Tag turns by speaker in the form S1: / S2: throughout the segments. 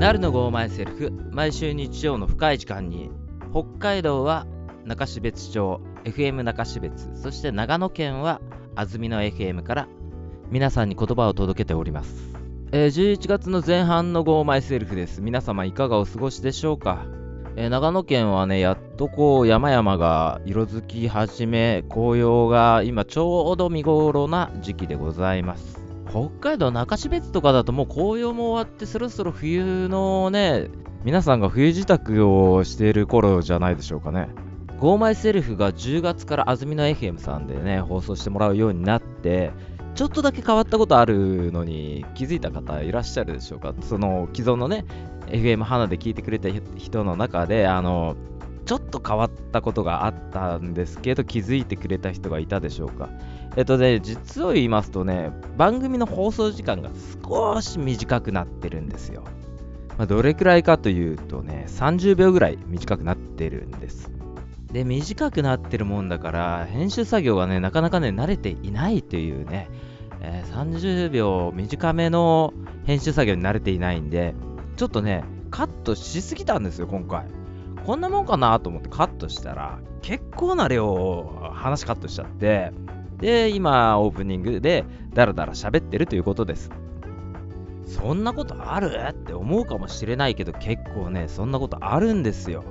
S1: 春のゴーマイセルフ毎週日曜の深い時間に北海道は中標津町 FM 中標津そして長野県は安曇野 FM から皆さんに言葉を届けております、えー11月の前半のゴーマイセルフです皆様いかがお過ごしでしょうか、えー長野県はねやっとこう山々が色づき始め紅葉が今ちょうど見頃な時期でございます北海道中標津とかだともう紅葉も終わってそろそろ冬のね皆さんが冬支度をしている頃じゃないでしょうかねゴーマイセルフが10月から安曇野 FM さんでね放送してもらうようになってちょっとだけ変わったことあるのに気づいた方いらっしゃるでしょうかその既存のね FM 花で聞いてくれた人の中であのちょっと変わったことがあったんですけど気づいてくれた人がいたでしょうかえっとね実を言いますとね番組の放送時間が少し短くなってるんですよ、まあ、どれくらいかというとね30秒ぐらい短くなってるんですで短くなってるもんだから編集作業がねなかなかね慣れていないというね、えー30秒短めの編集作業に慣れていないんでちょっとねカットしすぎたんですよ今回こんなもんかなと思ってカットしたら結構な量を話カットしちゃってで今オープニングでダラダラ喋ってるということですそんなことあるって思うかもしれないけど結構ねそんなことあるんですよ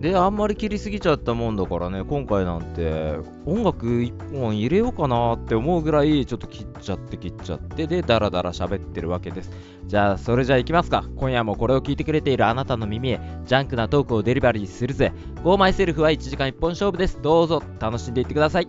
S1: であんまり切りすぎちゃったもんだからね今回なんて音楽1本入れようかなって思うぐらいちょっと切っちゃって切っちゃってでダラダラ喋ってるわけですじゃあそれじゃあ行きますか今夜もこれを聞いてくれているあなたの耳へジャンクなトークをデリバリーするぜ Go My Self は1時間1本勝負ですどうぞ楽しんでいってください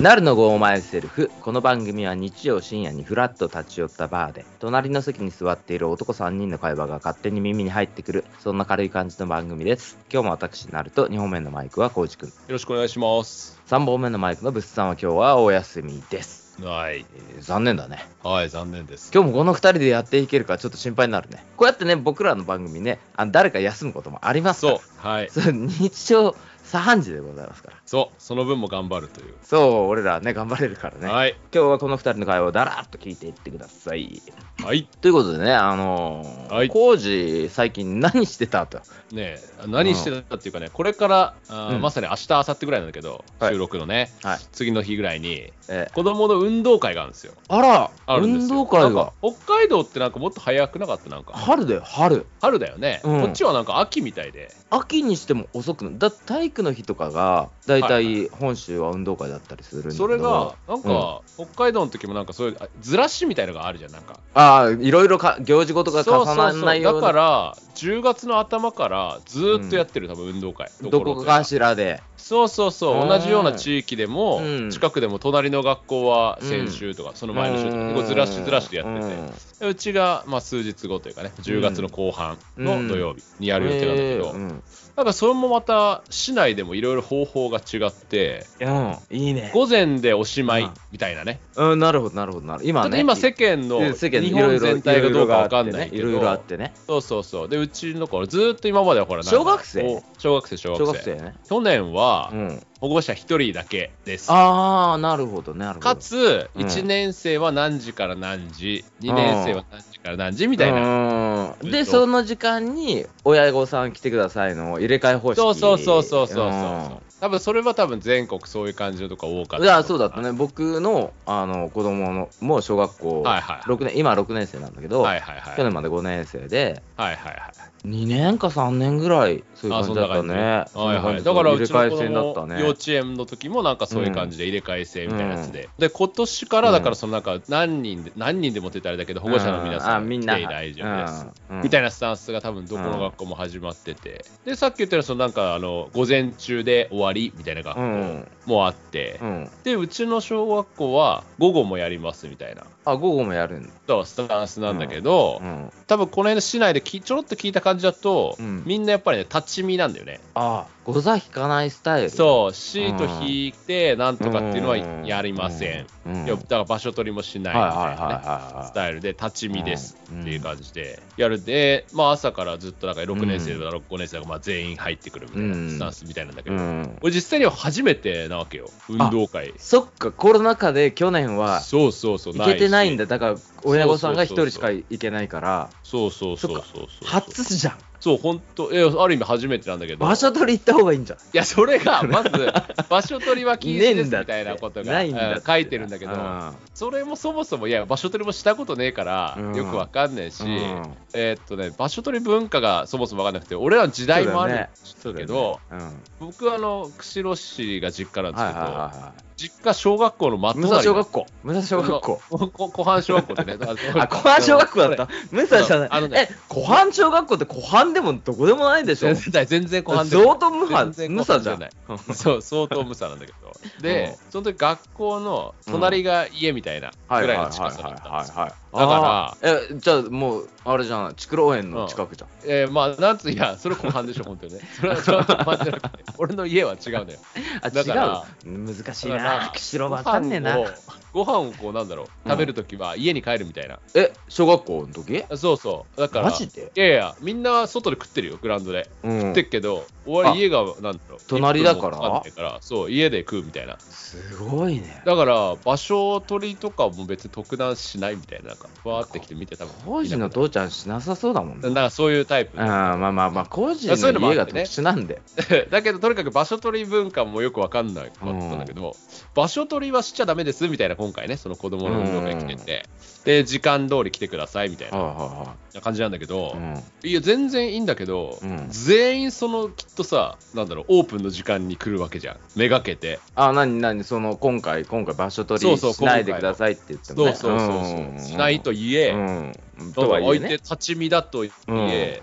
S1: なるのごお前セルフこの番組は日曜深夜にフラッと立ち寄ったバーで隣の席に座っている男3人の会話が勝手に耳に入ってくるそんな軽い感じの番組です今日も私なると2本目のマイクはこうじくん
S2: よろしくお願いします。
S1: 3本目のマイクのブスさんは今日はお休みです、
S2: はい。
S1: えー残念だね
S2: はい、残念です。
S1: 今日もこの2人でやっていけるかちょっと心配になるねこうやってね僕らの番組ねあの誰か休むこともありますから
S2: そう、はい。
S1: そう日常3時でございますから
S2: そう、その分も頑張るという。
S1: そう俺らね頑張れるからね、
S2: はい。
S1: 今日はこの2人の会話をだらっと聞いていってください
S2: はい。
S1: ということでねあのー
S2: はい
S1: 工事最近何してたと
S2: ねえ何してたっていうかね、これから、あー
S1: うん
S2: まさに明日、明後日ぐらいなんだけど、
S1: はい
S2: 収録のね、
S1: はい
S2: 次の日ぐらいに、
S1: え
S2: 子供の運動会があるんですよ。
S1: あら
S2: あるんで
S1: 運
S2: すよ
S1: 動会
S2: なん
S1: が
S2: か北海道ってなんかもっと早くなかったなんか。
S1: 春だよ春
S2: 春だよね、
S1: うん
S2: こっちはなんか秋みたいで。
S1: 秋にしても遅くないだって体育の日とかがだいたい本州は運動会だったりするんだけど
S2: それが、なんか、北海道の時もなんかそういう、あずらしみたいのがあるじゃん、なんか。
S1: ああいろいろか行事ごとが重ならないよう
S2: そうそうそう
S1: に
S2: だから10月の頭からずーっとやってる、多分運動会
S1: どこかしらで
S2: そうそうそううん同じような地域でも、
S1: うん
S2: 近くでも隣の学校は先週とか、その前の週とか結構ずらしずらしでやってて、
S1: うん
S2: でうちが、まあ、数日後というかね10月の後半
S1: うん
S2: の土曜日にやる予定なんだけど、
S1: うん
S2: なんかそれもまた市内でもいろいろ方法が違って
S1: うんいいね
S2: 午前でおしま
S1: う
S2: い
S1: ん
S2: みたいなね、
S1: うんなるほどなるほどなるほど今
S2: ちょ
S1: ね
S2: っと今世間の
S1: うん世間
S2: 日本全体がどうかわかん
S1: いろいろ
S2: ないけ
S1: い
S2: ど
S1: ろいろあってね
S2: そうそうそう。で、うちの子、ずーっと今まではほら、なんか
S1: 小学生
S2: お小学生、小
S1: 小
S2: 学
S1: 学
S2: 生。
S1: 生ね
S2: 去年は
S1: う、ん
S2: 保護者一人だけです。
S1: ああなるほどねなるほど
S2: かつ、
S1: うん
S2: 1年生は何時から何時、2年生は何時から何時み
S1: み
S2: たいな。ずっ
S1: で
S2: と
S1: その時間に親御さん来てくださいの入れ替え方式
S2: そうそうそうそうそうそう。
S1: ん
S2: 多分それは多分全国そういう感じのとこ多かった。
S1: いやそうだったね。僕のあの子供のもう小学校、
S2: はいはい
S1: 6年今6年生なんだけど、
S2: はいはいはい。
S1: 去
S2: はい
S1: 年まで5年生で
S2: はいはい。
S1: 2年か3年ぐらいそういう
S2: あ
S1: 感
S2: そ
S1: じだっ
S2: んな
S1: た
S2: 感じ
S1: ね
S2: ね。
S1: そん
S2: はい
S1: な
S2: は
S1: 感
S2: い。
S1: じ
S2: だから、
S1: 入
S2: う
S1: れ
S2: ちの
S1: 替
S2: 子
S1: え制になった
S2: 供
S1: ね
S2: 幼稚園の時もなんかそういう感じで入れ替え制みたいなやつで。で、今年からだから、そのなんか何人で、何人でもって言ったらあれだけど、保護者の皆
S1: う
S2: さ
S1: んあ
S2: 来
S1: みんな
S2: て大丈夫です。
S1: うんうん
S2: みたいなスタンスが多分どこの学校も始まってて、でさっき言ったようにそのなんかあの午前中で終わりみたいな学
S1: うん
S2: 校もあって、
S1: うん
S2: でうちの小学校は午後もやりますみたいな
S1: あ午後もやるんだ、
S2: だからスタンスなんだけど、
S1: うん、
S2: 多分この辺の市内できちょろっと聞いた感じだと、
S1: うん
S2: みんなやっぱりね立ち見なんだよね
S1: あゴザ引かないスタイル。
S2: そう、シート引いて、なんとかっていうのは
S1: うん
S2: やりません。
S1: うん。
S2: いやだから場所取りもしないみ
S1: はい
S2: たい
S1: はいはい
S2: なね
S1: は
S2: ス
S1: いは
S2: タイルで、立ち見です
S3: うん
S2: っていう感じでやるで、まあ朝からずっとなんか6年生だか5年生だかまあ全員入ってくるみたいな
S1: うん
S2: スタンスみたいなんだけ
S1: い。う
S2: ど、
S1: ん。
S2: 俺実際には初めてなわけよ、運動会。
S1: そっか、コロナ禍で去年は
S2: そうそうそう、
S1: 行けてないん
S2: だ。
S1: だ。だから、親御さんが一
S2: そうそ
S1: 人
S2: うそ
S1: し
S2: うそ
S1: か
S2: う
S1: 行けないから、
S2: そうそうそうそうそう。
S1: 初じゃん。
S2: そう、本当えある意味初めてなんだけど。
S1: 場所取り行った方がいいんじゃん。
S2: いや、それが、 まず、場所取りは禁止
S1: ね
S2: で
S1: えん
S2: す
S1: だっ
S2: み
S1: て
S2: たいなことが
S1: ないんだって
S2: うん書いてるんだけど、
S1: う
S2: それもそもそも、いや、場所取りもしたことねえから
S1: う、ん
S2: よくわかんねえし、
S1: んうん
S2: えーっとね、場所取り文化がそもそもわかんなくて、俺らの時代もあるんだ
S1: そうだ
S2: け
S1: よね
S2: ど、
S1: うんはい
S2: 僕はあの、釧路市が実家なんです
S1: はい
S2: けど、
S1: は
S2: 実家小学校の真っ
S1: いはい。武蔵小
S2: 隣
S1: 学校。武蔵小学校。
S2: ここ湖畔小学校でね。
S1: あ、湖畔小学校だった。武蔵じゃない。
S2: あのね
S1: え、湖畔小学校って湖畔でもどこでもないでしょ
S2: 全。然、全然湖畔でも
S1: 相当無
S2: 全
S1: 派、
S2: 然
S1: 無
S2: ご飯
S1: さじゃん。
S2: ない。 そう、相当無差なんだけど。で、その時学校の隣が家みたいなぐらいの近さだったんですよ。
S1: はい
S2: だ
S1: は
S2: か
S1: いはいはいはい。え、じゃあもう、あれじゃん、竹老園の近くじゃん。
S2: えー、まあ、なんついや、それ後半でしょ、本当にね。 それはちょっと待ってなくて、俺の家は違うの よ。
S1: あ、
S2: だから
S1: 違う。難しい
S2: だから
S1: な。釧路わかんねえな
S2: ご。飯をご飯をこう、なんだろう、食べる時は家に帰るみたいな。
S1: え、小学校の時
S2: そうそう。だから、
S1: マジで
S2: いやいや、みんな外で食ってるよ、グラウンドで。
S1: うん
S2: 食ってっけど、俺
S1: あ
S2: 家が、なんだろう。
S1: 隣だから
S2: 一分もかかんないから、そう、家で食うみたいな。
S1: すごいね。
S2: だから場所取りとかも別に特段しないみたいな、なんか、わーってきて見てたもん。
S1: 工事の父ちゃんしなさそうだもん
S2: なん
S1: ね。
S2: かそういうタイプ
S1: あ。ーまあまあまあ、工事
S2: そういうの
S1: の
S2: もあっ
S1: 家
S2: てね
S1: が特殊なんで。
S2: だけど、とにかく場所取り文化もよくわかんなかったんだけど、場所取りはしちゃダメですみたいな、今回ね、その子供の運動会来てて、で、時間通り来てくださいみたい
S1: はい
S2: な感じなんだけど
S1: はい、はい
S2: や、全然いいんだけど
S1: う、ん。
S2: 全員その、きっとさ、なんだろう、オープンの時間に来るわけじゃん。めがけて。
S1: あ、なになに、その、今回、今回場所取
S2: そう
S1: り
S2: そう
S1: しないでくださいって言っても
S2: そう
S1: ね。
S2: そうそうそう。しないと言え、
S1: うん。
S2: なん
S1: と
S2: か
S1: はい
S2: 置
S1: え
S2: いて
S1: ね。
S2: 立ち見だと言え、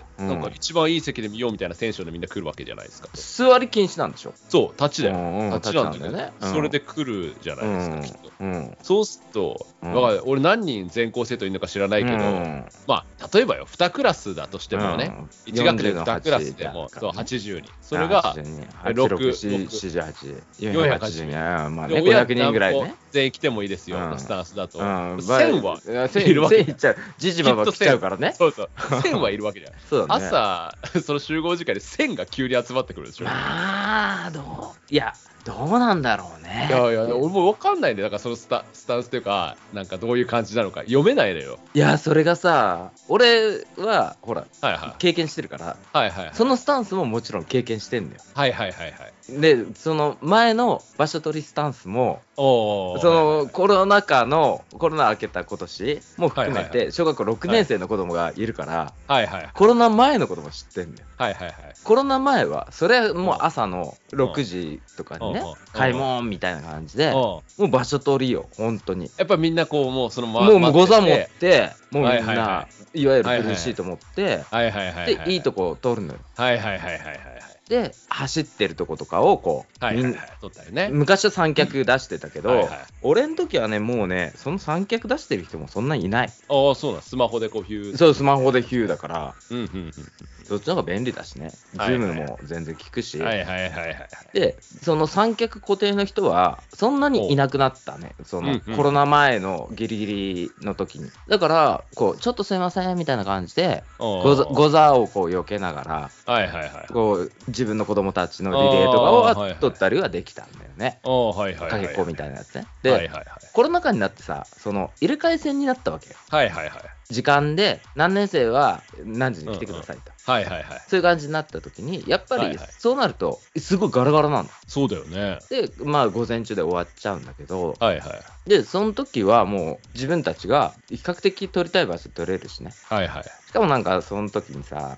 S1: うん
S2: なんか一番いい席で見ようみたいなテンションでみんな来るわけじゃないですか。
S1: 座り禁止なんでしょ
S2: そう、立ちだよ。
S1: うんうん
S2: 立ちなんだよね。
S1: うん
S2: それで来るじゃないですか、きっと。
S1: うん。
S2: そうすると、
S1: うん
S2: わかる俺何人全校生徒いるのか知らないけど、
S1: うん
S2: まあ、例えばよ、2クラスだとしてもね、
S1: うん
S2: 1学
S1: 40
S2: 年
S1: の
S2: 2クラスでも、
S1: 80
S2: そう
S1: だからね
S2: 80人。それが、六六
S1: 648、480ね。あーまあね、
S2: で親
S1: 500人ぐらいね。
S2: 全員来てもいいですよ、
S1: うん
S2: スタンスだと。
S1: うん
S2: 1000は、
S1: 1000
S2: いるわけ
S1: いっちゃう。じじばば来ちゃうからね。
S2: そ うそう、1000はいるわけじゃん。
S1: そうだね。
S2: 朝、 その集合時間で1000が急に集まってくるでしょ。
S1: まあ、どう、いや、どうなんだろうね。
S2: いやいや、俺も分かんないんだよ、だからそのスタスタンスというか、なんかどういう感じなのか、読めないのよ。
S1: いや、それがさ、俺は、ほら、
S2: はいはい。
S1: 経験してるから、
S2: はいはいはい。
S1: そのスタンスももちろん経験してんだよ。
S2: はいはいはいはい。
S1: で、その前の場所取りスタンスも、
S2: おー
S1: その
S2: はいはいはい
S1: コロナ禍のコロナ明けた今年も含め
S2: はいはい
S1: て小学校6年生の子供がいるから
S2: はいはい
S1: コロナ前の子供知ってんだよ
S2: はいはいはい。
S1: コロナ前はそれはもう朝の6時とかにね
S2: うんうん
S1: 買い物みたいな感じでも
S2: うん
S1: う場所取りよ本当に
S2: やっぱみんなこう、もうそのま
S1: もうもう
S2: 待
S1: ご
S2: ってて
S1: ざ持ってもうみん
S2: はいはい
S1: な
S2: はい
S1: わゆるブルーシート持って
S2: はいはいはいはい。
S1: でいいとこを通るのよ
S2: はいはいはいはいはいはい。
S1: で走ってるとことかをこう
S2: はい
S1: み
S2: はい
S1: ん
S2: はい。撮ったよね。
S1: 昔は三脚出してたけ
S2: はい
S1: ど
S2: はい
S1: 俺の時はねもうねその三脚出してる人もそんなにいない
S2: ああ、そうなん。スマホでこう、ヒュー。
S1: そう、スマホでヒューだから、
S2: うんうん
S1: どっちの方が便利だしね、ズ
S2: はい
S1: ー
S2: は
S1: ム
S2: い
S1: も全然効くし、
S2: うん。はいはいはいはいはい。
S1: で、その三脚固定の人は、そんなにいなくなったね、そ
S2: うん
S1: の
S2: うん
S1: コロナ前のギリギリの時に。だから、こう、ちょっとすいませんみたいな感じで、ござ
S2: ご
S1: ござをこう避けながら、
S2: はいはいはい。
S1: こう、自分の子供たちのリレーとかを
S2: あーは
S1: は
S2: いはい
S1: 撮ったりはできたんだよね。
S2: ああ、はいはいは
S1: か
S2: い。
S1: けっこみたいなやつね。
S2: はいはい
S1: で、
S2: はい。
S1: コロナ禍になってさ、その、入れ替え戦になったわけよ。
S2: はいはいはい。
S1: 時間で、何年生は何時に来てくださいと。
S2: はいはいはい。
S1: そういう感じになった時に、やっぱ
S2: はい
S1: り
S2: はい
S1: そうなると、すごいガラガラなの。
S2: そうだよね。
S1: で、まあ、午前中で終わっちゃうんだけど、
S2: はいはい。
S1: で、その時はもう自分たちが比較的取りたい場所取れるしね。
S2: はいはい。
S1: しかもなんか、その時にさ、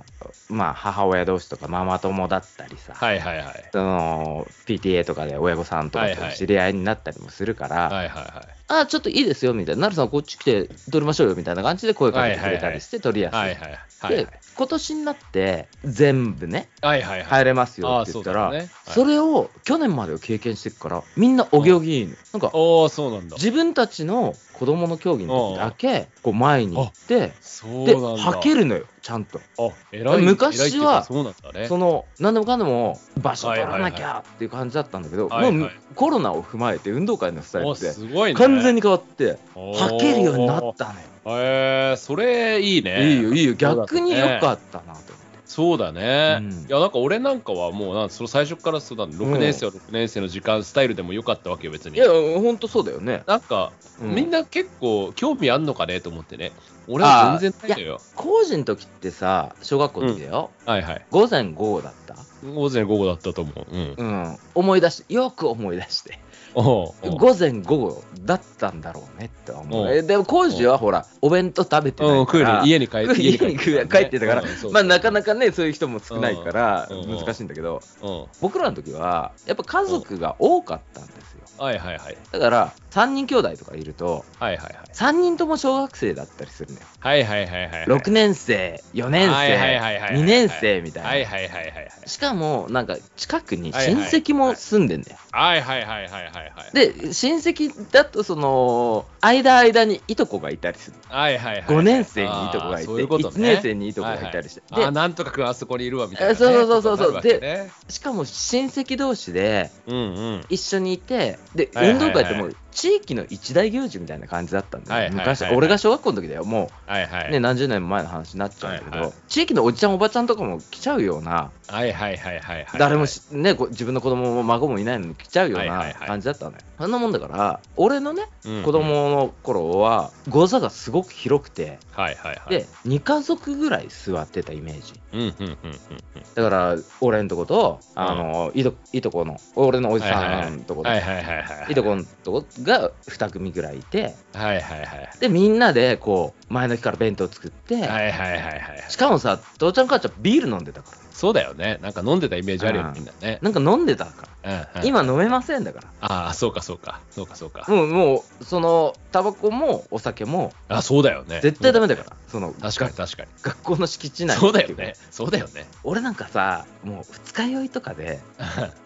S1: まあ、母親同士とかママ友だったりさ、
S2: はいはいはい。
S1: その PTA とかで親御さんとか
S2: はいは
S1: と
S2: い
S1: 知り合いになったりもするから、
S2: はいはいはい。
S1: ああ、ちょっといいですよ、みたいな。なるさん、こっち来て取りましょうよ、みたいな感じで声かけてくれたりして取りやすい。
S2: はいはいはい。はい
S1: で、今年になって、全部ね、
S2: はいはいはい。
S1: 入れますよ
S2: あ
S1: っ
S2: あ、
S1: て
S2: そ
S1: 言っ
S2: う
S1: た
S2: だ
S1: ら、
S2: よね。
S1: そ
S2: はい
S1: れを去年までを経験してるから、みんなお行儀いいの。なんか、
S2: ああ、そうなんだ。
S1: 自分たちの子供の競技の時だけ、こう前に行って、
S2: そう
S1: で、
S2: なんだ。
S1: はけるのよ。ちゃんと。
S2: あ、偉い。
S1: 昔は
S2: 偉いっていうかそうなんだね。
S1: その、何でもかんでも場所取らなきゃっていう感じだったんだけど、
S2: はいはい
S1: も
S2: は
S1: う
S2: い
S1: コロナを踏まえて運動会のスタイル
S2: お
S1: って
S2: すごいね。
S1: 完全
S2: に
S1: に変わって、履けるようになったのよ。
S2: へえー、それいいね。
S1: いいよ、いいよ。
S2: そうだね
S1: 逆に良かったなと思って。
S2: そうだね。
S1: うん
S2: いや、なんか俺なんかはもうなん、その最初からそうだ、ね、6年生は6年生の時間スタイルでもよかったわけよ、別
S1: い
S2: に。
S1: や、ほんとそうだよね。
S2: なんか、
S1: うん
S2: みんな結構興味あんのかねと思ってね。俺は全然ないのよ。
S1: 工事の時ってさ、小学校の時だよ。
S2: はいはい。
S1: 午前午後だった。
S2: 午前午後だったと思う。うん。
S1: うん。思い出して、よく思い出して。
S2: おうおう
S1: 午前午後だったんだろうねって思う。
S2: うん
S1: えでも工事はほら、お弁当食べて
S2: う、
S1: なんい
S2: ク
S1: か
S2: ー
S1: ら
S2: ル、。家に帰っ て、
S1: 家に帰ってたから
S2: うんそう
S1: まあなかな
S2: か、
S1: かね、そういう人も少ないから
S2: うん
S1: 難しいんだけど、
S2: うん。
S1: 僕らの時は、やっぱ家族が多かったんですよ。
S2: はいはいはい。
S1: だから、3人兄弟とかいると、
S2: はいはいはい。
S1: 3人とも小学生だったりするのよ。
S2: はいはいはいはい。
S1: 6年生、4年
S2: はいはいはいはいはい
S1: 生、2年生み
S2: は
S1: た
S2: い
S1: いな。
S2: はいはいはいはい。
S1: しかも、なんか近くに親戚も住んでんだよ。
S2: はいはいはいはいはいはい。
S1: で、親戚だと、その、間間にいとこがいたりする。
S2: はいはいはい。
S1: 5年生にいとこがいて、
S2: あーそういうことね
S1: 1年生にいとこがいたりして。
S2: あーなんとかくんあそこにいるわみたいな、ね。
S1: えそうそうそうそう
S2: ことになるわけね
S1: で、しかも親戚同士で
S2: うんうん。
S1: 一緒にいて、で、
S2: はいはい
S1: 運
S2: は
S1: 動
S2: い
S1: 会ってもう地域の一大行事みたいな感じだったん
S2: はい
S1: だ
S2: は
S1: よ。
S2: いはい
S1: 昔、俺が小学校の時だよ。も
S2: はいは
S1: う
S2: い。
S1: ね、何十年も前の話になっちゃうんだけ
S2: はいは
S1: ど
S2: い、
S1: 地域のおじちゃんおばちゃんとかも来ちゃうような、
S2: はいはいはいはいはい。
S1: 誰もし、ね、こう自分の子供も孫もいないのに来ちゃうよう
S2: はいはいは
S1: ない感じだったのよ。そんなもんだから、俺のね、
S2: うんうん
S1: 子供の頃は、誤座がすごく広くて、
S2: はいはいはい。
S1: で、2家族ぐらい座ってたイメージ。
S2: うんうんうんうんうん。
S1: だから、俺んとこと、あの、いといとこの、俺のおじ
S2: はいはい
S1: さ
S2: はい
S1: んのとこ
S2: はい
S1: で、
S2: はいはいはい。
S1: いとこのとこが2組ぐらいいて、
S2: はいはいはい。
S1: で、みんなで、こう、前の日から弁当作って、
S2: はいはいはいはい。
S1: しかもさ、父ちゃん母ちゃんビール飲んでたから。
S2: そうだよね。なんか飲んでたイメージあるよ
S1: う
S2: ね、
S1: ん
S2: みんなね。
S1: なんか飲んでたから。
S2: うんうん、
S1: 今飲めませんだから。
S2: ああ、そうかそうか。そうかそうか。
S1: もう、もう、その、タバコもお酒も、
S2: あそうだよね。
S1: 絶対ダメだから。その、
S2: 確かに確かに。
S1: 学校の敷地内
S2: そうだ
S1: って
S2: よ
S1: いか
S2: ね。。そうだよね。
S1: 俺なんかさ、もう二日酔いとかで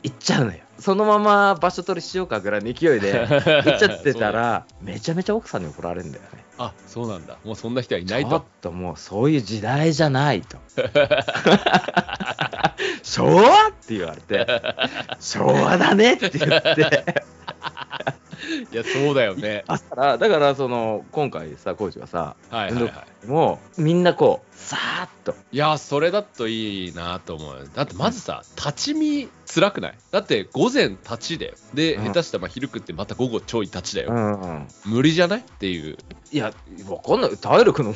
S1: 行っちゃうのよ。そのまま場所取りしようかぐらいの勢い で。行っちゃってた
S2: そうだよ。
S1: ら、めちゃめちゃ奥さんに怒られるんだよね。
S2: あそうなんだ。もうそんな人はい
S1: ち
S2: ない
S1: ょ
S2: と
S1: っ。ともうそういう時代じゃない と。 昭和って言われ て、昭和だねって言って、
S2: いや、そうだよね。
S1: あだからその今回さ、コーチがさ、
S2: はいはいはい。
S1: もうみんなこう、さーっと、
S2: いや、それだといいなと思う。だってまずさ、立ち見辛くないだって午前立ちで、で、
S1: うん
S2: 下手したらまあ昼食ってまた午後ちょい立ちだ
S1: う
S2: よ。
S1: んうん、
S2: 無理じゃないっていう。
S1: いや、わかんない、体力の、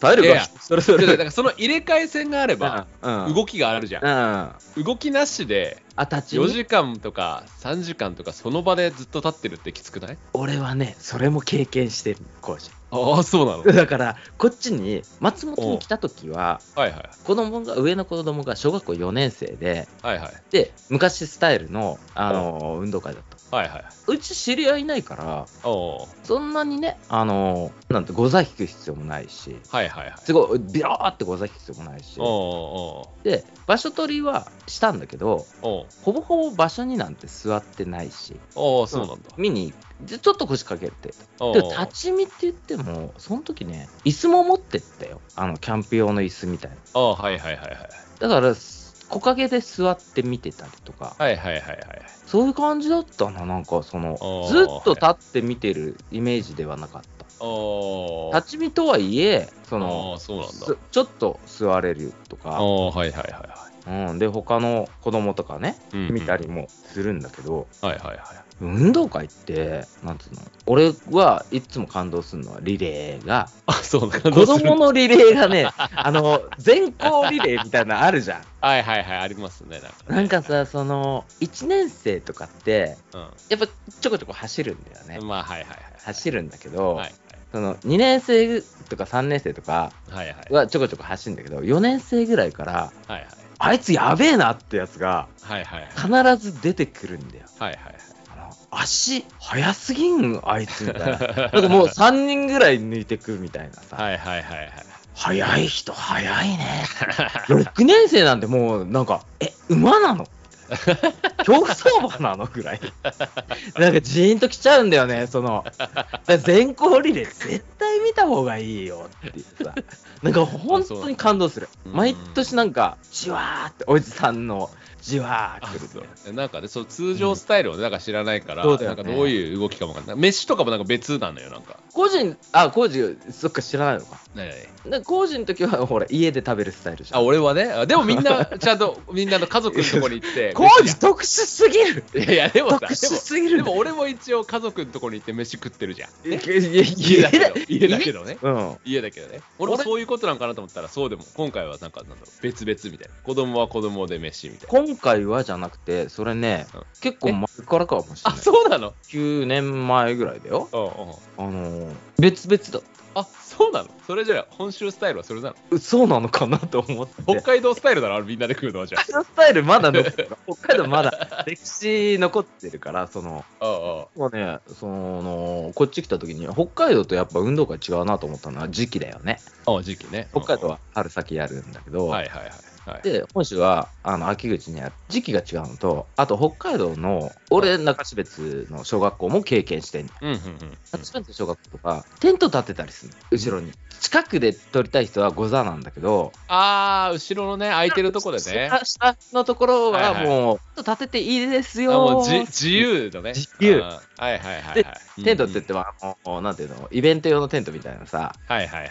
S1: 体力
S2: いやいや
S1: がそれぞ
S2: だ
S1: れ
S2: からその入れ替え線があれば、
S1: うん、
S2: 動きがあるじゃ
S1: うん、
S2: ん。
S1: あ、
S2: 動きなしで、
S1: 立ち
S2: 4
S1: 見、
S2: 時間とか3時間とかその場でずっと立ってるってきつくない
S1: 俺はね、それも経験してる、コーチ。
S2: ああ、そうなの。はい
S1: だから、こっちに、松本に来た時は、
S2: はいはい。
S1: 子供が、上の子供が小学校4年生で、
S2: はいはい。
S1: で、昔スタイルの、あのー運動会だった。
S2: はいはい。
S1: うち知り合いいないから、
S2: おお
S1: そんなにね、あのーなんて、ご座引く必要もないし、
S2: ー。はいはいはい。
S1: すごい、ビローってご座引く必要もないし
S2: お、お
S1: で、場所取りはしたんだけど、
S2: おおー
S1: ほぼほぼ場所になんて座ってないし、
S2: おーそうなんだ。
S1: 見に、でちょっと腰掛けて。
S2: お
S1: で
S2: ー
S1: も立ち見って言っても、その時ね、椅子も持ってったよ。あの、キャンプ用の椅子みたいな。
S2: おーはいはいはいはい。
S1: だから、木陰で座って見てたりとか、
S2: はいはいはいはい。
S1: そういう感じだったな、なんかその
S2: お、ー
S1: ずっと立って見てるイメージではなかっ
S2: おお。
S1: た。立ち見とはいえ、そ
S2: あ
S1: の
S2: あ、、そうなんだ
S1: す。ちょっと座れると
S2: あ
S1: か、
S2: あ、はいはいはいは
S1: うん、で、他の子供とかね、
S2: い。うんうん
S1: 見たり。もするんだけど、
S2: はいはいはい。
S1: 運動会って、なんつうの、俺はいつも感動するのはリレーが、
S2: あ、そうなんだ。
S1: 子供
S2: の。
S1: のリレーがね、 あの、全校リレーみたいなのあるじゃん。
S2: はいはいはい、ありますね。なんかね
S1: なんか、さ、その、1年生とかって、
S2: う
S1: やっぱちょこちょこ走るんだよね。
S2: ん。まあ、はいはいはい。
S1: 走るんだけど、
S2: はい
S1: その2年生とか3年生とか
S2: はいはい。
S1: はちょこちょこ走るんだけど、4年生ぐらいから、
S2: はいはい。
S1: あいつやべえなってやつが
S2: はいはいはい。
S1: 必ず出てくるんだよ。
S2: はいはい
S1: あの足、速すぎん、あいつみたいな。
S2: はい。
S1: なんかもう3人ぐらい抜いてくみたいなさ、
S2: はいはいはいはい。
S1: 速い人、速いね。6年生なんてもうなんか、え、馬なの競争相場なのぐらい。なんかジーンときちゃうんだよね、その。だから全校リレー絶対見た方がいいよっていうさ。なんか本当に感動する。
S2: うん
S1: 毎年なんか、じわーっておじさんの、じわー
S2: あ
S1: ってくるんだよね
S2: そうなんかね、そう通常スタイルをねなんか知らないから、
S1: そうだ
S2: な
S1: よ
S2: ん
S1: ね
S2: かどういう動きかもわかんない。飯とかもなんか別なのよ、なんか。
S1: 個人、あ、コージ、そっか知らないのか。
S2: ねえ
S1: で工事の時はほら家で食べるスタイルじゃ
S2: あ、
S1: ん。
S2: 俺はね、あでもみん な、ちゃんとみんなの家族のとこに行って。
S1: 工事特殊すぎる
S2: いやいや、でもさ、
S1: 特
S2: で
S1: 殊
S2: も。
S1: すぎ
S2: で
S1: る
S2: も俺も一応家族のとこに行って飯食ってるじゃん。
S1: いやいや
S2: 家だけど
S1: いや、
S2: 家だけどね。
S1: うん。
S2: 家だけどね。俺もそういうことなんかなと思ったら、そうでも、今回はなんか、なんだろう、別々みたいな。子供は子供で飯みたい
S1: 今回はじゃなくて、それね
S2: うん、
S1: 結構前からかもしれ
S2: な。あ、
S1: ない。
S2: そうなの
S1: 9年前ぐらいだよ。
S2: うん
S1: あ
S2: うん。
S1: のー、別々だ。
S2: あ、そうなのそれじゃあ、本州スタイルはそれなの
S1: うそうなのかなと思って。
S2: 北海道スタイルだろ、あれみんなで食うのはじゃ
S1: 北海道スタイルまだ残って る。北海道まだ歴史残ってるから、その、
S2: あ。うんうん。
S1: もうね、その、こっち来た時に、北海道とやっぱ運動会違うなと思ったのは時期だよね。
S2: あ時期ね。
S1: 北海道は春先やるんだけど、
S2: うん。はいはいはい。はい、
S1: で本州はあの秋口にある時期が違うのとあと北海道の俺中標津の小学校も経験してんの
S2: うんうんうん。
S1: 中標津の小学校とかテント立てたりするの後ろに近くで撮りたい人はござなんだけど
S2: あー、後ろのね、空いてるとこでね。あ
S1: 下下のところは
S2: はいはい
S1: もうテント立てていいですよ
S2: もうじ自由だね。
S1: 自由
S2: あーはいはいはい
S1: で
S2: はい。
S1: テントって
S2: う
S1: 言
S2: ん
S1: っては、あのなんていうのイベント用のテントみたいなさ
S2: うんはいはいはい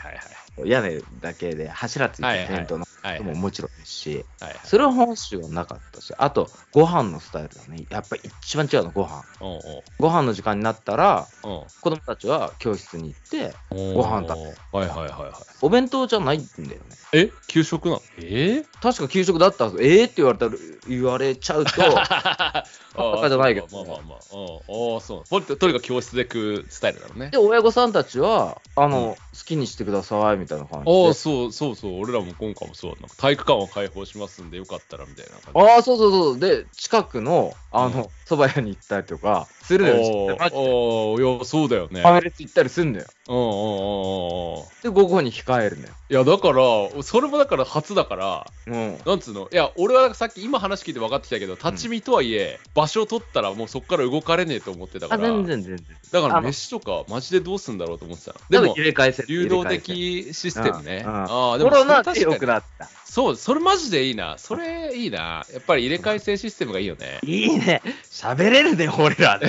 S1: 屋根だけで柱つい
S2: はいは
S1: て
S2: い
S1: るテントの
S2: はい。はい
S1: ももちろんですし、
S2: はいはい。
S1: それは本州はなかったしあとご飯のスタイルだねやっぱ一番違うのご飯
S2: おう
S1: ご飯の時間になったら
S2: おう
S1: 子供たちは教室に行って
S2: おう
S1: ご飯食べ
S2: べはいはいはいは
S1: お弁当じゃないんだよね
S2: い。え給食なのえ
S1: 確か給食だったはずええって言われたら言われちゃ うと
S2: あ
S1: とかじゃないけど
S2: まあまあまあ。おうおうそう。ほんととにかく教室で食うスタイルだろうね
S1: で。親御さんたちはあの、好きにしてくださいみたいな感じ
S2: あ
S1: で
S2: あ、そうそうそう。俺らも今回もそう。なんか体育館を開放しますんでよかったらみたいな感じ。
S1: ああそうそうそうで近くのあのそば、蕎麦屋に行ったりとかするの
S2: お
S1: よ
S2: ー
S1: マジで
S2: おーいや、そうだよね。
S1: ファミレス行ったりするんだよ
S2: うんうんうんうんうん。
S1: で午後に控えるんだよ
S2: いや、だから、それもだから初だから、
S1: うん
S2: なんつうの、いや、俺はなんかさっき今話聞いて分かってきたけど、立ち見とはいえ、場所を取ったらもうそこから動かれねえと思ってたか
S1: あ
S2: ら、
S1: 全然全然
S2: だから
S1: あの
S2: 飯とか、マジでどうすんだろうと思ってたの。
S1: で
S2: で
S1: も
S2: も
S1: 入、れ替えせ
S2: 流動的システムね。
S1: うんうん
S2: ああ、で
S1: コ
S2: も、
S1: ロナで
S2: 確
S1: よ
S2: か
S1: く
S2: に。
S1: なった
S2: そう、それマジでいいな。それいいな。やっぱり入れ替え制システムがいいよね。
S1: いいね喋れるね俺らで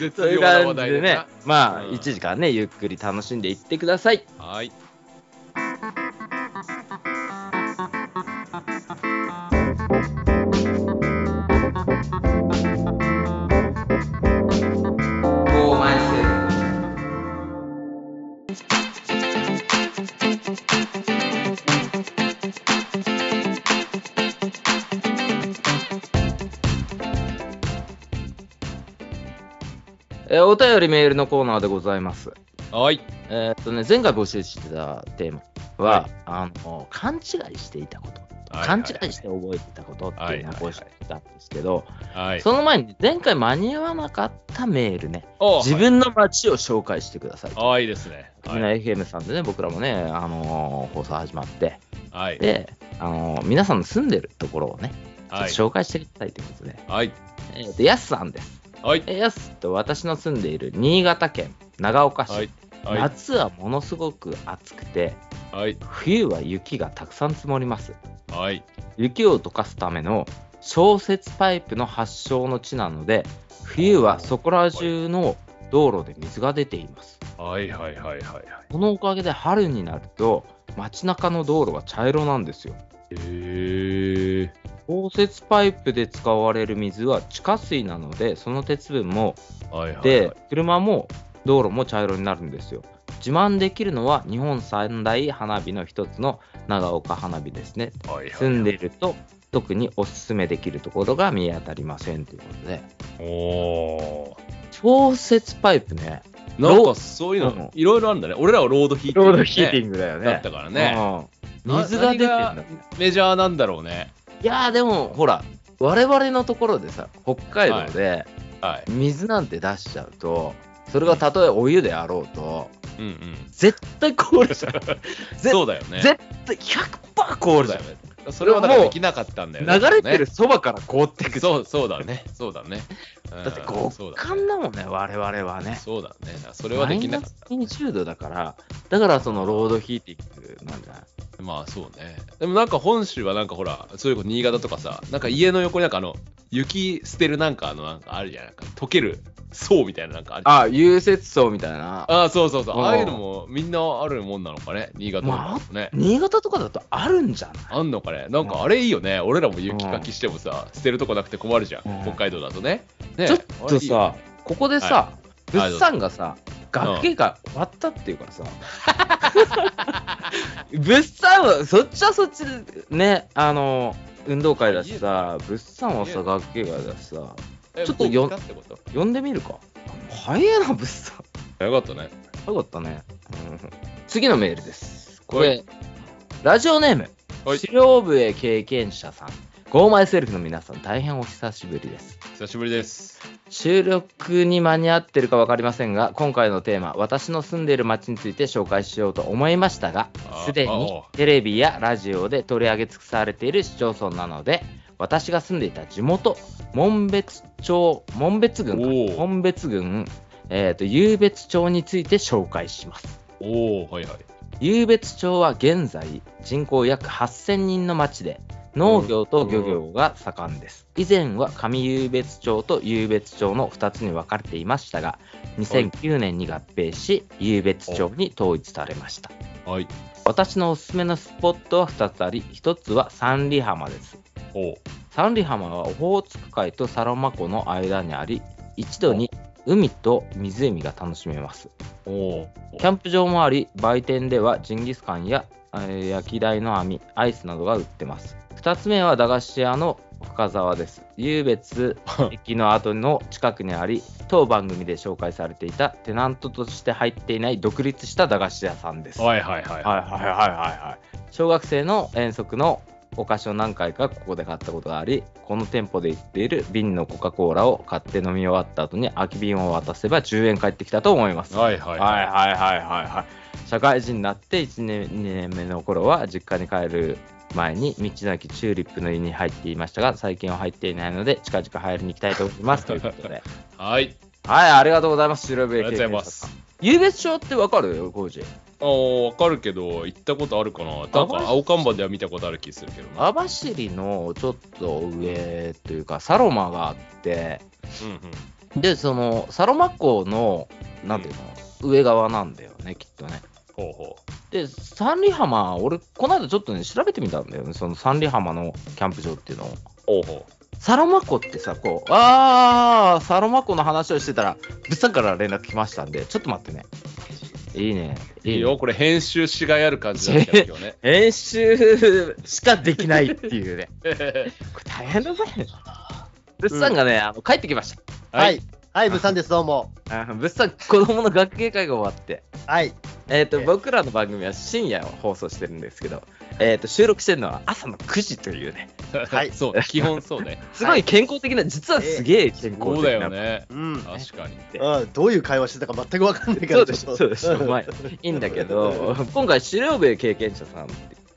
S2: 絶
S1: という
S2: 妙な
S1: 感
S2: 話
S1: じ
S2: 題
S1: でね
S2: な、
S1: まあ、
S2: うん
S1: 1時間ね、ゆっくり楽しんでいってください。
S2: はーい。
S1: えーお便りメールのコーナーでございます。
S2: はーい。
S1: えーっとね、前回募集してたテーマは、
S2: はい
S1: あの、勘違いしていたこと、
S2: はい
S1: 勘違いして覚えてたことっていうのを
S2: はいはいはい
S1: 募集してたんですけど、
S2: はい。
S1: その前に前回間に合わなかったメールね、
S2: お
S1: 自分の街を紹介してください。
S2: ああ、いいですね。
S1: みんな FM さんでね、僕らもね、あのー放送始まって、
S2: はい。
S1: で、あのー皆さんの住んでるところをね、ちょっと
S2: はい。
S1: 紹介してくださいということで、
S2: はい。
S1: えーっと、やすさんです。
S2: はい。
S1: えーやすと私の住んでいる新潟県長岡市、
S2: はい。はい。
S1: 夏はものすごく暑くて
S2: はい。
S1: 冬は雪がたくさん積もります
S2: はい。
S1: 雪を溶かすための消雪パイプの発祥の地なので冬はそこら中の道路で水が出ています
S2: はい。はい。はい。はい。
S1: このおかげで春になると街中の道路は茶色なんですよ
S2: えー。
S1: 消雪パイプで使われる水は地下水なのでその鉄分も
S2: はい。はい。
S1: で、車も道路も茶色になるんですよ。自慢できるのは日本三大花火の一つの長岡花火ですね。
S2: はい。
S1: 住んでいると特におすすめできるところが見当たりませんということで。
S2: おー。
S1: 調節パイプね。
S2: なんかそういう
S1: うん
S2: のいろいろあるんだね。俺らはロードヒーティング、ね。ン
S1: ングだよ
S2: だったからね。
S1: うん水が出てんだ
S2: な。何がメジャーなんだろうね。
S1: いやーでもほら、我々のところでさ、北海道で
S2: はい。
S1: 水なんて出しちゃうと、それがたとえお湯であろうと、
S2: うんうん。
S1: 絶対凍るじゃん。絶
S2: そうだよね。
S1: 絶対100%凍る
S2: 対
S1: じ
S2: だ
S1: ゃん
S2: よ。ね。それはだからできなかったんだよね。
S1: 流れてる
S2: ね
S1: そばから凍ってく。
S2: そうそうだね。そうだね。うん
S1: だって極寒だもんね、我々はね。
S2: そうだね。そうだねそれはできなかった。
S1: マイナス20度だから、だからそのロードヒーティングなんじゃない
S2: まあそうね。でもなんか本州はなんかほら、そういうこと新潟とかさ、なんか家の横になんかあの、雪捨てるなんかあの、なんかあるじゃん。なんか溶ける層みたいななんかあるじゃん
S1: あ、融雪層みたいな。
S2: ああ、そうそうそう。
S1: うん
S2: ああいうのもみんなあるもんなのかね。新潟とかもね。
S1: 新潟とかだとあるんじゃ
S2: あんのかねなんかあれいいよね。俺らも雪かきしてもさ、捨てるとこなくて困るじゃん
S1: うん。
S2: 北海道だとね。
S1: な
S2: ね
S1: いちょっとさ、ここでさ、
S2: いはい
S1: 物産がさ、学芸が終わったっていうから さ。物産は、そっちはそっちで、ね、あの、運動会だしさ、物産はさ、学芸会だしさ、
S2: あれいいねえ
S1: ちょっと
S2: もう見たってこと
S1: 呼んでみるか。早いな、物産。
S2: よかったね。
S1: よかったね。うん次のメールです。こ
S2: は
S1: れ、ラジオネーム、
S2: はい
S1: 狩猟部へ経験者さん、ゴーマイセルフの皆さん、大変お久しぶりです。
S2: 久しぶりです。
S1: 収録に間に合ってるか分かりませんが、今回のテーマ、私の住んでいる町について紹介しようと思いましたが
S2: あ、
S1: すでに
S2: あ
S1: テレビやラジオで取り上げ尽くされている市町村なので、私が住んでいた地元、門別町、門別郡
S2: おー
S1: か、門別郡、えーと、湧別町について紹介します。
S2: おおはいはい。
S1: 湧別町は現在人口約8000人の町で農業と漁業が盛んです以前は上湧別町と湧別町の2つに分かれていましたが2009年に合併し湧別町に統一されました
S2: はい。
S1: 私のおすすめのスポットは2つあり1つは三里浜です
S2: おう
S1: 三里浜はオホーツク海とサロマ湖の間にあり一度に海と湖が楽しめます
S2: おう
S1: キャンプ場もあり、売店ではジンギスカンや、えー焼き台の網、アイスなどが売ってます。2つ目は駄菓子屋の深沢です。湧別駅の後の近くにあり、当番組で紹介されていたテナントとして入っていない独立した駄菓子屋さんです。
S2: はいはいは
S1: はいは
S2: い。
S1: いはいはいはい。小学生の遠足のお菓子を何回かここで買ったことがあり、この店舗で売っている瓶のコカ・コーラを買って飲み終わった後に空き瓶を渡せば10円返ってきたと思います。
S2: はいは
S1: はい
S2: いい。
S1: はいはいはいはい。社会人になって1年、2年目の頃は実家に帰る前に道の駅チューリップの湯に入っていましたが、最近は入っていないので、近々入りに行きたいと思います。ということ で。
S2: はい。
S1: はい、ありがとうございます。白部
S2: ありがとうございます。
S1: ゆ別町ってわかるコージ。
S2: ああ、わかるけど、行ったことあるかな。なんか
S1: 網走
S2: 青看板では見たことある気するけどな。
S1: 網走のちょっと上というか、サロマがあって、
S2: うんうん。
S1: で、その、サロマ港の、なんていうの、上側なんだよね、きっとね。
S2: ほうほ
S1: で、三里浜、俺、この間ちょっとね、調べてみたんだよね、その三里浜のキャンプ場っていうのを。
S2: う。ほうほ
S1: サロマ湖ってさ、こう、あー、サロマ湖の話をしてたら、物産から連絡来ましたんで、ちょっと待ってね。いいね。
S2: う。
S1: いいね
S2: いいよ、これ編集しがいある感じなんだけどね。
S1: 練習しかできないっていうね。 これ大変だぜ。物産がね、あの帰ってきまし
S4: はい。はい、ブさんです、どうも。
S1: た。あの物産、子供の学芸会が終わって。
S4: はい。
S1: えっ、と、
S4: ええ
S1: 僕らの番組は深夜を放送してるんですけど、えっ、と、収録してるのは朝の9時というね。
S4: はい
S2: そうね、基本そうね。
S1: すごい健康的な、実はすげえ健康的な。
S2: そうだよね。
S4: うん。うん
S2: 確かに。
S4: どういう会話してたか全くわかんないから
S1: そうでしょ、
S4: ち
S1: そう
S4: ょっ
S1: で
S4: と
S1: しょ。まあ、いいんだけど、今回、資料部経験者さん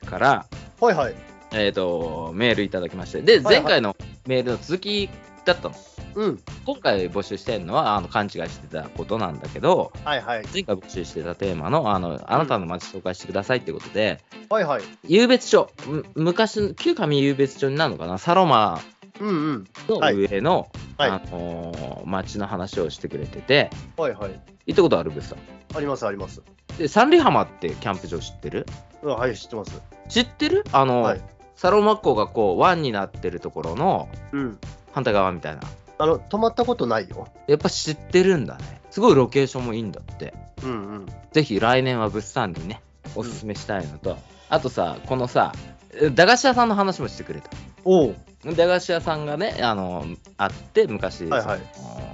S1: から、
S4: はいはい。
S1: えっ、と、メールいただきまして、で、
S4: はいはい
S1: 前回のメールの続きだったの。
S4: うん。
S1: 今回募集してるのは、あの、勘違いしてたことなんだけど、
S4: はいはい。
S1: 前回募集してたテーマの、あの、あなたの街紹介してくださいってことで、
S4: はいはい。
S1: 湧別町、む昔の、旧上湧別町になるのかな、サロマ
S4: うんうん。
S1: の上の、
S4: はい
S1: あのー町の話をしてくれてて、
S4: はいはい。
S1: 行ったことあるブスさん。
S4: ありますあります。
S1: で、三里浜ってキャンプ場知ってる
S4: うん、はい、知ってます。
S1: 知ってるあの、
S4: はい
S1: サロマ湖がこう湾になってるところの
S4: うん。
S1: 反対側みたいな。
S4: あの、泊まったことないよ。
S1: やっぱ知ってるんだね。すごいロケーションもいいんだって。
S4: うんうん。
S1: ぜひ来年は物産にね、おすすめしたいのと、あとさ、このさ、駄菓子屋さんの話もしてくれた。
S4: おう。
S1: 駄菓子屋さんがね、あの、あって、昔、
S4: はいはい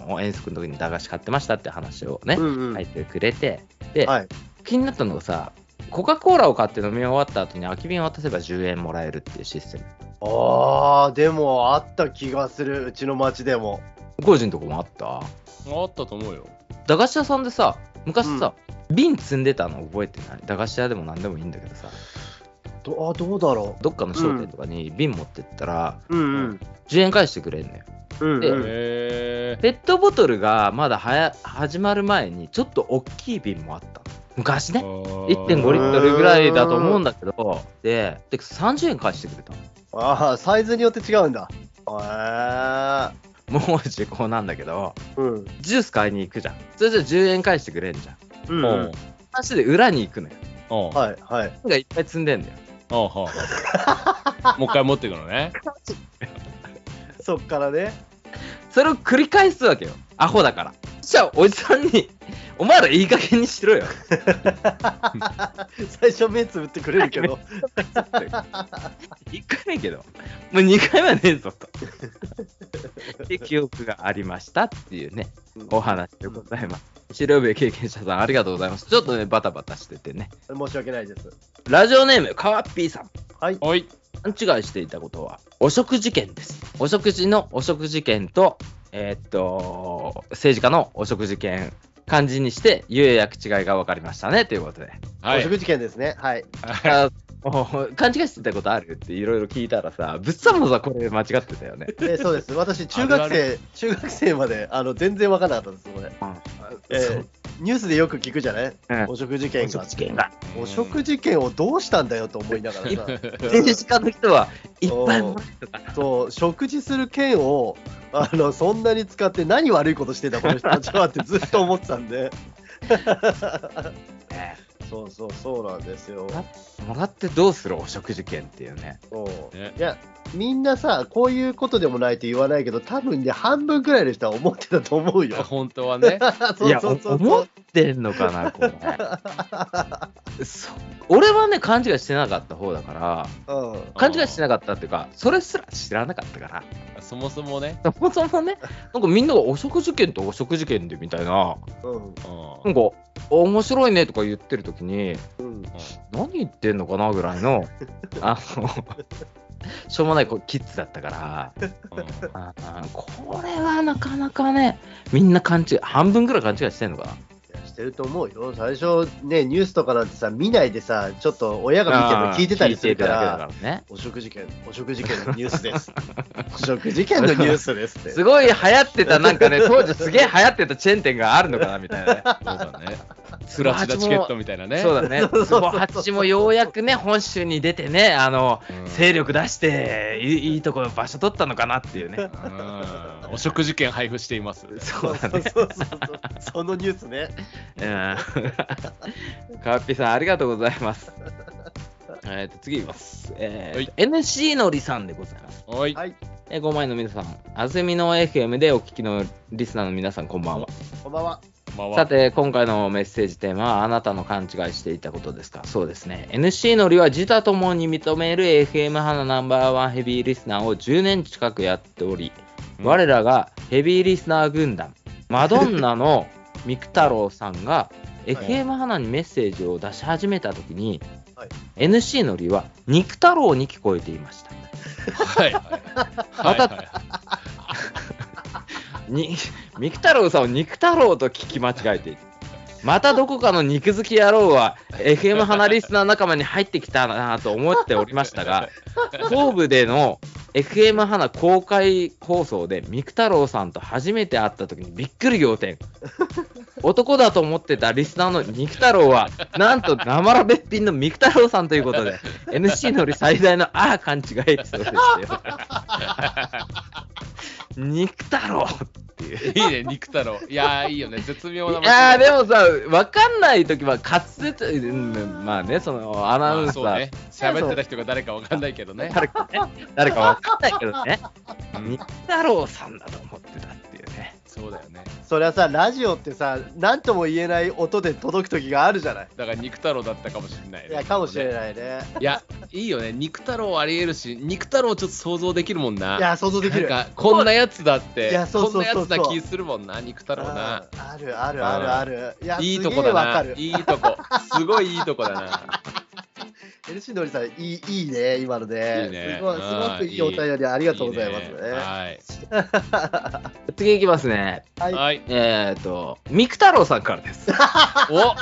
S1: その遠足の時に駄菓子買ってましたって話をね
S4: う、んうん。
S1: 書いてくれて、で、
S4: はい。
S1: 気になったのがさ、コカ・コーラを買って飲み終わった後に空き瓶を渡せば10円もらえるっていうシステム。
S4: あー、でもあった気がする、うちの町でも。
S1: 工事のとこもあった
S2: あったと思うよ。
S1: 駄菓子屋さんでさ昔さ、瓶積んでたの覚えてない駄菓子屋でも何でもいいんだけどさ
S4: どあどうだろ
S1: どっかの商店とかに瓶持ってったら、
S4: う。うんうん。
S1: 10円返してくれんのよ。
S4: うん
S1: で
S4: うん。
S2: へえ。
S1: ペットボトルがまだはや始まる前に、ちょっと大きい瓶もあったの。昔ね。1.5リットルぐらいだと思うんだけど、で、で30円返してくれたの。
S4: ああ、サイズによって違うんだ。へ
S1: もう時効なんだけど、
S4: え。うん。
S1: ジュース買いに行くじゃん。それじゃ10円返してくれんじゃん。
S4: うん
S2: お
S4: うん
S2: う。
S1: 話で裏に行くのよ。
S2: おう
S4: はいはい。
S1: がいっぱい積んでんだよ。
S2: おうおうおうもう一回持っていくのね。
S4: そっからね。
S1: それを繰り返すわけよ。アホだから。そしたらおじさんに、お前らいい加減にしろよ。
S4: 最初目つぶってくれるけど。
S1: 1回目やけど、もう2回目はねえぞと。で、記憶がありましたっていうね、お話でございます。白部経験者さん、ありがとうございます。ちょっとね、バタバタしててね。
S4: 申し訳ないです。
S1: ラジオネーム、カワッピーさん。
S4: はい。
S2: おい。
S1: 勘違いしていたことは、汚職事件です。汚職時の汚職事件と、えーっと、政治家の汚職事件、漢字にして、有や訳違いが分かりましたね、ということで。
S2: は
S4: お
S2: い。
S4: 食事券ですね。はい。
S2: はい
S1: あお勘違いしてたことあるっていろいろ聞いたらさ、ぶっさもさ、これ間違ってたよね。
S4: えそうです。私、中学
S2: ある
S4: 生、中学生まで、あの、全然わからなかったです、これ。え
S1: そ
S4: ー
S1: う
S4: ニュースでよく聞くじゃない
S1: うん
S4: お食事券が。
S1: が。
S4: お食事券をどうしたんだよと思いながらさ。
S1: 政治家の人はいっぱいもらえたから。
S4: そう、食事する券を、あの、そんなに使って何悪いことしてんだ、この人たちはってずっと思ってたんで。 そうそう、そうなんですよ。
S1: もらってどうするお食事券っていうね。
S4: そう
S2: ね
S4: いや、みんなさ、こういうことでもないと言わないけど、多分ね、半分くらいの人は思ってたと思うよ。
S2: 本当はね。
S4: そう
S1: や、
S4: そ
S1: お
S4: うそう
S1: 思ってんのかな、これ。 そう俺はね、勘違いしてなかった方だから、
S4: そう。うん。
S1: 勘違いしてなかったっていうか、それすら知らなかったか
S2: そもそもね。
S1: ら、そもそも ね、なんかみんながお食事券とお食事券でみたいな、
S4: うん。
S2: う
S1: なんんか、面白いねとか言ってる時に、
S4: うん。
S1: 何言ってんのかなぐらい の、あの、しょうもないこうキッズだったから、
S2: うん
S1: あーこれはなかなかね、みんな勘違い、半分ぐらい勘違いしてんのか
S4: いやしてると思うよ。最初、ね、ニュースとかなんてさ、見ないでさ、ちょっと親が見てる
S1: な。
S4: の聞いてたりするか
S1: 聞いて
S4: ら、
S1: だからね。
S4: お食事券、お食事券のニュース です。お食事券のニュースですって。
S1: すごい流行ってた、なんかね、当時すげえ流行ってたチェーン店があるのかなみたい なね。
S2: そうだね。スラチダチケットみたいなね。
S1: そうだね。ツボ八もようやくね、本州に出てね、あの、
S2: うん
S1: 勢力出して、いいいところ、場所取ったのかなっていうね。
S2: うんお食事券配布しています。
S1: そうだ
S4: そう
S1: ね。
S4: そうそうそう。そのニュースね。
S1: うん カーピーさん、ありがとうござい ます。えーと次いきます、えー
S2: はい
S1: NC のりさんでございます。
S2: おい。
S4: はい、
S1: えー、5枚の皆さん、安住の FM でお聞きのリスナーの皆さん、こんばんは。
S4: こんばんは。
S2: まあまあ
S1: さて、今回のメッセージテーマは、あなたの勘違いしていたことですかそうですね。NC のりは自他ともに認める FM 派のナンバーワンヘビーリスナーを10年近くやっており、
S2: うん
S1: 我らがヘビーリスナー軍団、マドンナのミク太郎さんが、
S4: い
S1: FM 花にメッセージを出し始めたときに、
S4: はい
S1: NC のりは肉太郎に聞こえていました。
S2: はい。
S1: また
S2: はい
S1: にミク太郎さんを肉太郎と聞き間違えていた。またどこかの肉好き野郎は FM 花リスナー仲間に入ってきたなと思っておりましたが、東部での FM 花公開放送でミク太郎さんと初めて会った時にびっくり仰天。男だと思ってたリスナーの肉太郎は、なんと生らべっぴんのミク太郎さんということで、NC のり最大のああ勘違いエピソードでしたよ。肉太郎
S2: いいね、肉太郎。いやー、いいよね、絶妙な。
S1: いやーでもさ、わかんないときは滑舌、うんまあね、そのアナウン
S2: ま
S1: サ
S2: あそう
S1: ー、
S2: ね。喋ってた人が誰かわかんないけど ね。
S1: 誰かね、誰かわかんないけどね、
S2: うん
S1: 肉太郎さんだと思ってたっていうね。
S2: そうだよね。
S4: そりゃさ、ラジオってさ、なんとも言えない音で届く時があるじゃない。
S2: だから肉太郎だったかもしれない、ね。
S4: いや、かもしれないね。
S2: いや、いいよね。肉太郎ありえるし、肉太郎ちょっと想像できるもんな。
S4: いや、想像できる。
S2: なんか、こんなやつだっ
S4: い
S2: て
S4: や、そう
S2: こ
S4: そ
S2: ん
S4: う
S2: なや
S4: そうそう
S2: つな気するもんな、肉太郎
S4: あ
S2: な。
S4: ーあるあるあるある。いや、
S2: いい
S4: す
S2: と
S4: げ
S2: こ
S4: え
S2: だ
S4: わか
S2: な。
S4: る。
S2: いいとこ。すごいいいとこだ な。
S4: LC のりさん、いいいいね、今のね。
S2: いいね
S4: すごい、すごくいいお便りあり
S2: あ
S4: がとうございますね。
S2: はい。
S1: 次いきますね、
S4: はい。
S2: はい。
S1: えっ、ー、と、ミク太郎さんからです。
S2: お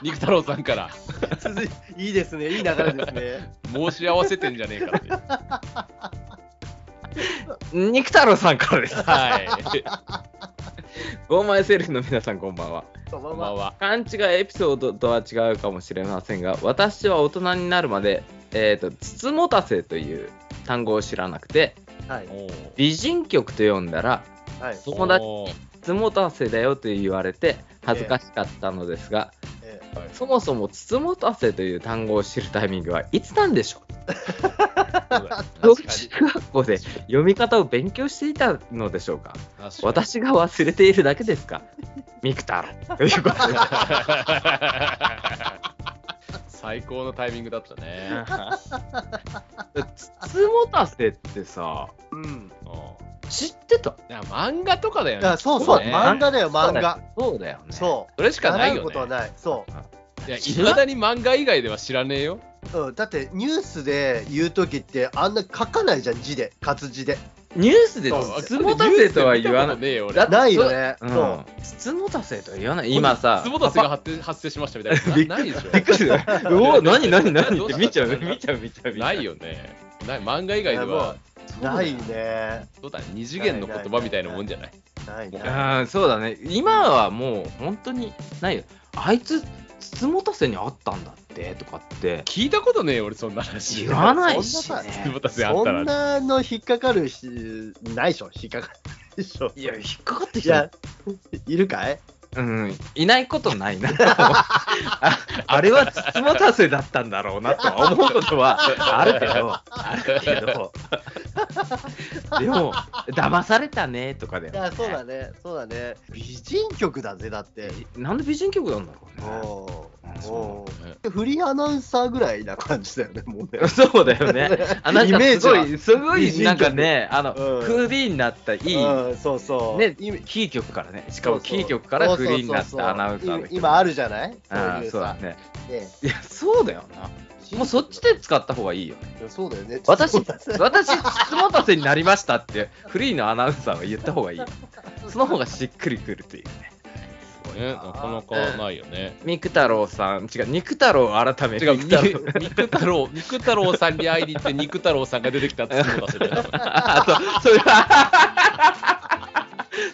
S2: 肉太郎さんから
S4: 続いいいですね、いい流れですね。
S2: 申し合わせてんじゃねえかって。
S1: 肉太郎さんからです。
S2: はい。
S1: ゴーマイセルフの皆さん、こんばんは。
S4: こんば
S2: こん
S4: ん
S2: ばん
S4: は。
S2: は。
S1: 勘違いエピソードとは違うかもしれませんが、私は大人になるまで、えっ、と、つつもたせという単語を知らなくて、
S4: はい。
S2: おー
S1: 美人曲と読んだら、
S4: はい。
S1: 友達
S2: おー
S1: つつもたせだよと言われて、恥ずかしかったのですが、
S4: え
S1: そもそもつつもたせという単語を知るタイミングはいつなんでしょう
S2: そうだ
S1: 小
S2: 確かに
S1: 中学校で読み方を勉強していたのでしょうか
S2: 確かに
S1: 私が忘れているだけですかミクタロという ことで
S2: 最高のタイミングだったね。
S1: つつもたせってさ
S4: えうん。
S2: うん
S1: 知ってた
S2: いや漫画とかだよ
S4: い
S2: ね
S4: や。そうそう、
S2: ね
S4: 漫画だよ、漫
S1: 画
S4: 画。
S1: そうだよね
S4: そう。
S2: それしかない
S4: 習う
S2: よ
S4: ことは
S2: ね。
S4: ない。そ
S2: いや、いまだに漫画以外では知らねえよ。
S4: う。うん、だって、ニュースで言うときって、あんな書かないじゃん、字で、活字で。
S1: ニュースで
S2: そう
S1: つつもたせとは言わない
S2: ニュースで見たことねえよ、俺
S1: だって
S4: ないよね。
S1: う
S4: そ
S1: ん
S4: う。
S1: つつもたせとは言わない今さ
S2: つぼたせが発生発生しましたみ たいな。なないでし
S1: びっくり したうお何何何
S2: ど
S1: っ
S2: う
S1: て
S2: した
S1: 見ちゃうね見ちゃう見ちゃう
S2: ょ。ないよね。ない漫画以外で
S4: いやも
S2: は
S4: う、ないね。
S2: そうだね、二次元の言葉みたいなもんじゃない。
S4: ない
S2: もう
S4: な
S1: うんそうだね今はもう本当にないよあいつつつもたせにあったんだってとかって
S2: 聞いたことねえよ、俺、そんな話。
S1: 言わないし
S4: そんな
S2: つ
S1: ね
S2: ぼた
S4: い。
S2: せあっ
S4: そ
S2: たら。
S4: んなの引っかかるし、ないでしょ、引っかかるで しょ。
S1: いや引っかかってき
S4: い
S1: た
S4: や、いるかい
S1: うんいないことない なああれはつつもたせだったんだろうなとは思うこと はあるけどあるけどでも騙されたねとかだよ
S4: いや、そうだね、そうだね。美人曲だぜ、だって。
S1: なんで美人曲なんだろうね
S4: お
S1: うん
S4: ーお
S2: う
S4: ーフリーアナウンサーぐらいな感じだよね、もうね。
S1: そうだよね。 あなた
S4: イメージ
S1: すご、
S4: はい
S1: すご
S4: 美
S1: い
S4: 人曲
S1: なんかね、あの、
S4: うん
S1: クリーンになったいい、
S4: うん、そうそう。
S1: ね、
S4: イメ
S1: キー局からね、しかも
S4: そうそ
S1: キ
S4: う
S1: ー局からクリーンになったアナウンサー
S4: そ
S1: の
S4: うそうそう
S1: 人
S4: 今今あるじゃない
S1: ああ、そうだ
S4: さ
S1: ね。
S4: ね
S1: いや、そうだよな。もうそっちで使った方がいいよね。
S4: そうだよね。
S1: 私、
S4: そうだね
S1: 私、つもたせになりましたって、フリーのアナウンサーは言った方がいいよ。その方がしっくりくるというね。
S2: ね、なかなかないよね。
S1: 肉太郎さん、違う、肉太郎改め
S2: 違う、
S1: 肉太郎。
S2: み肉太郎、肉太郎さんに会いに行って、肉太郎さんが出てきたってことだそれ
S1: あと、それは、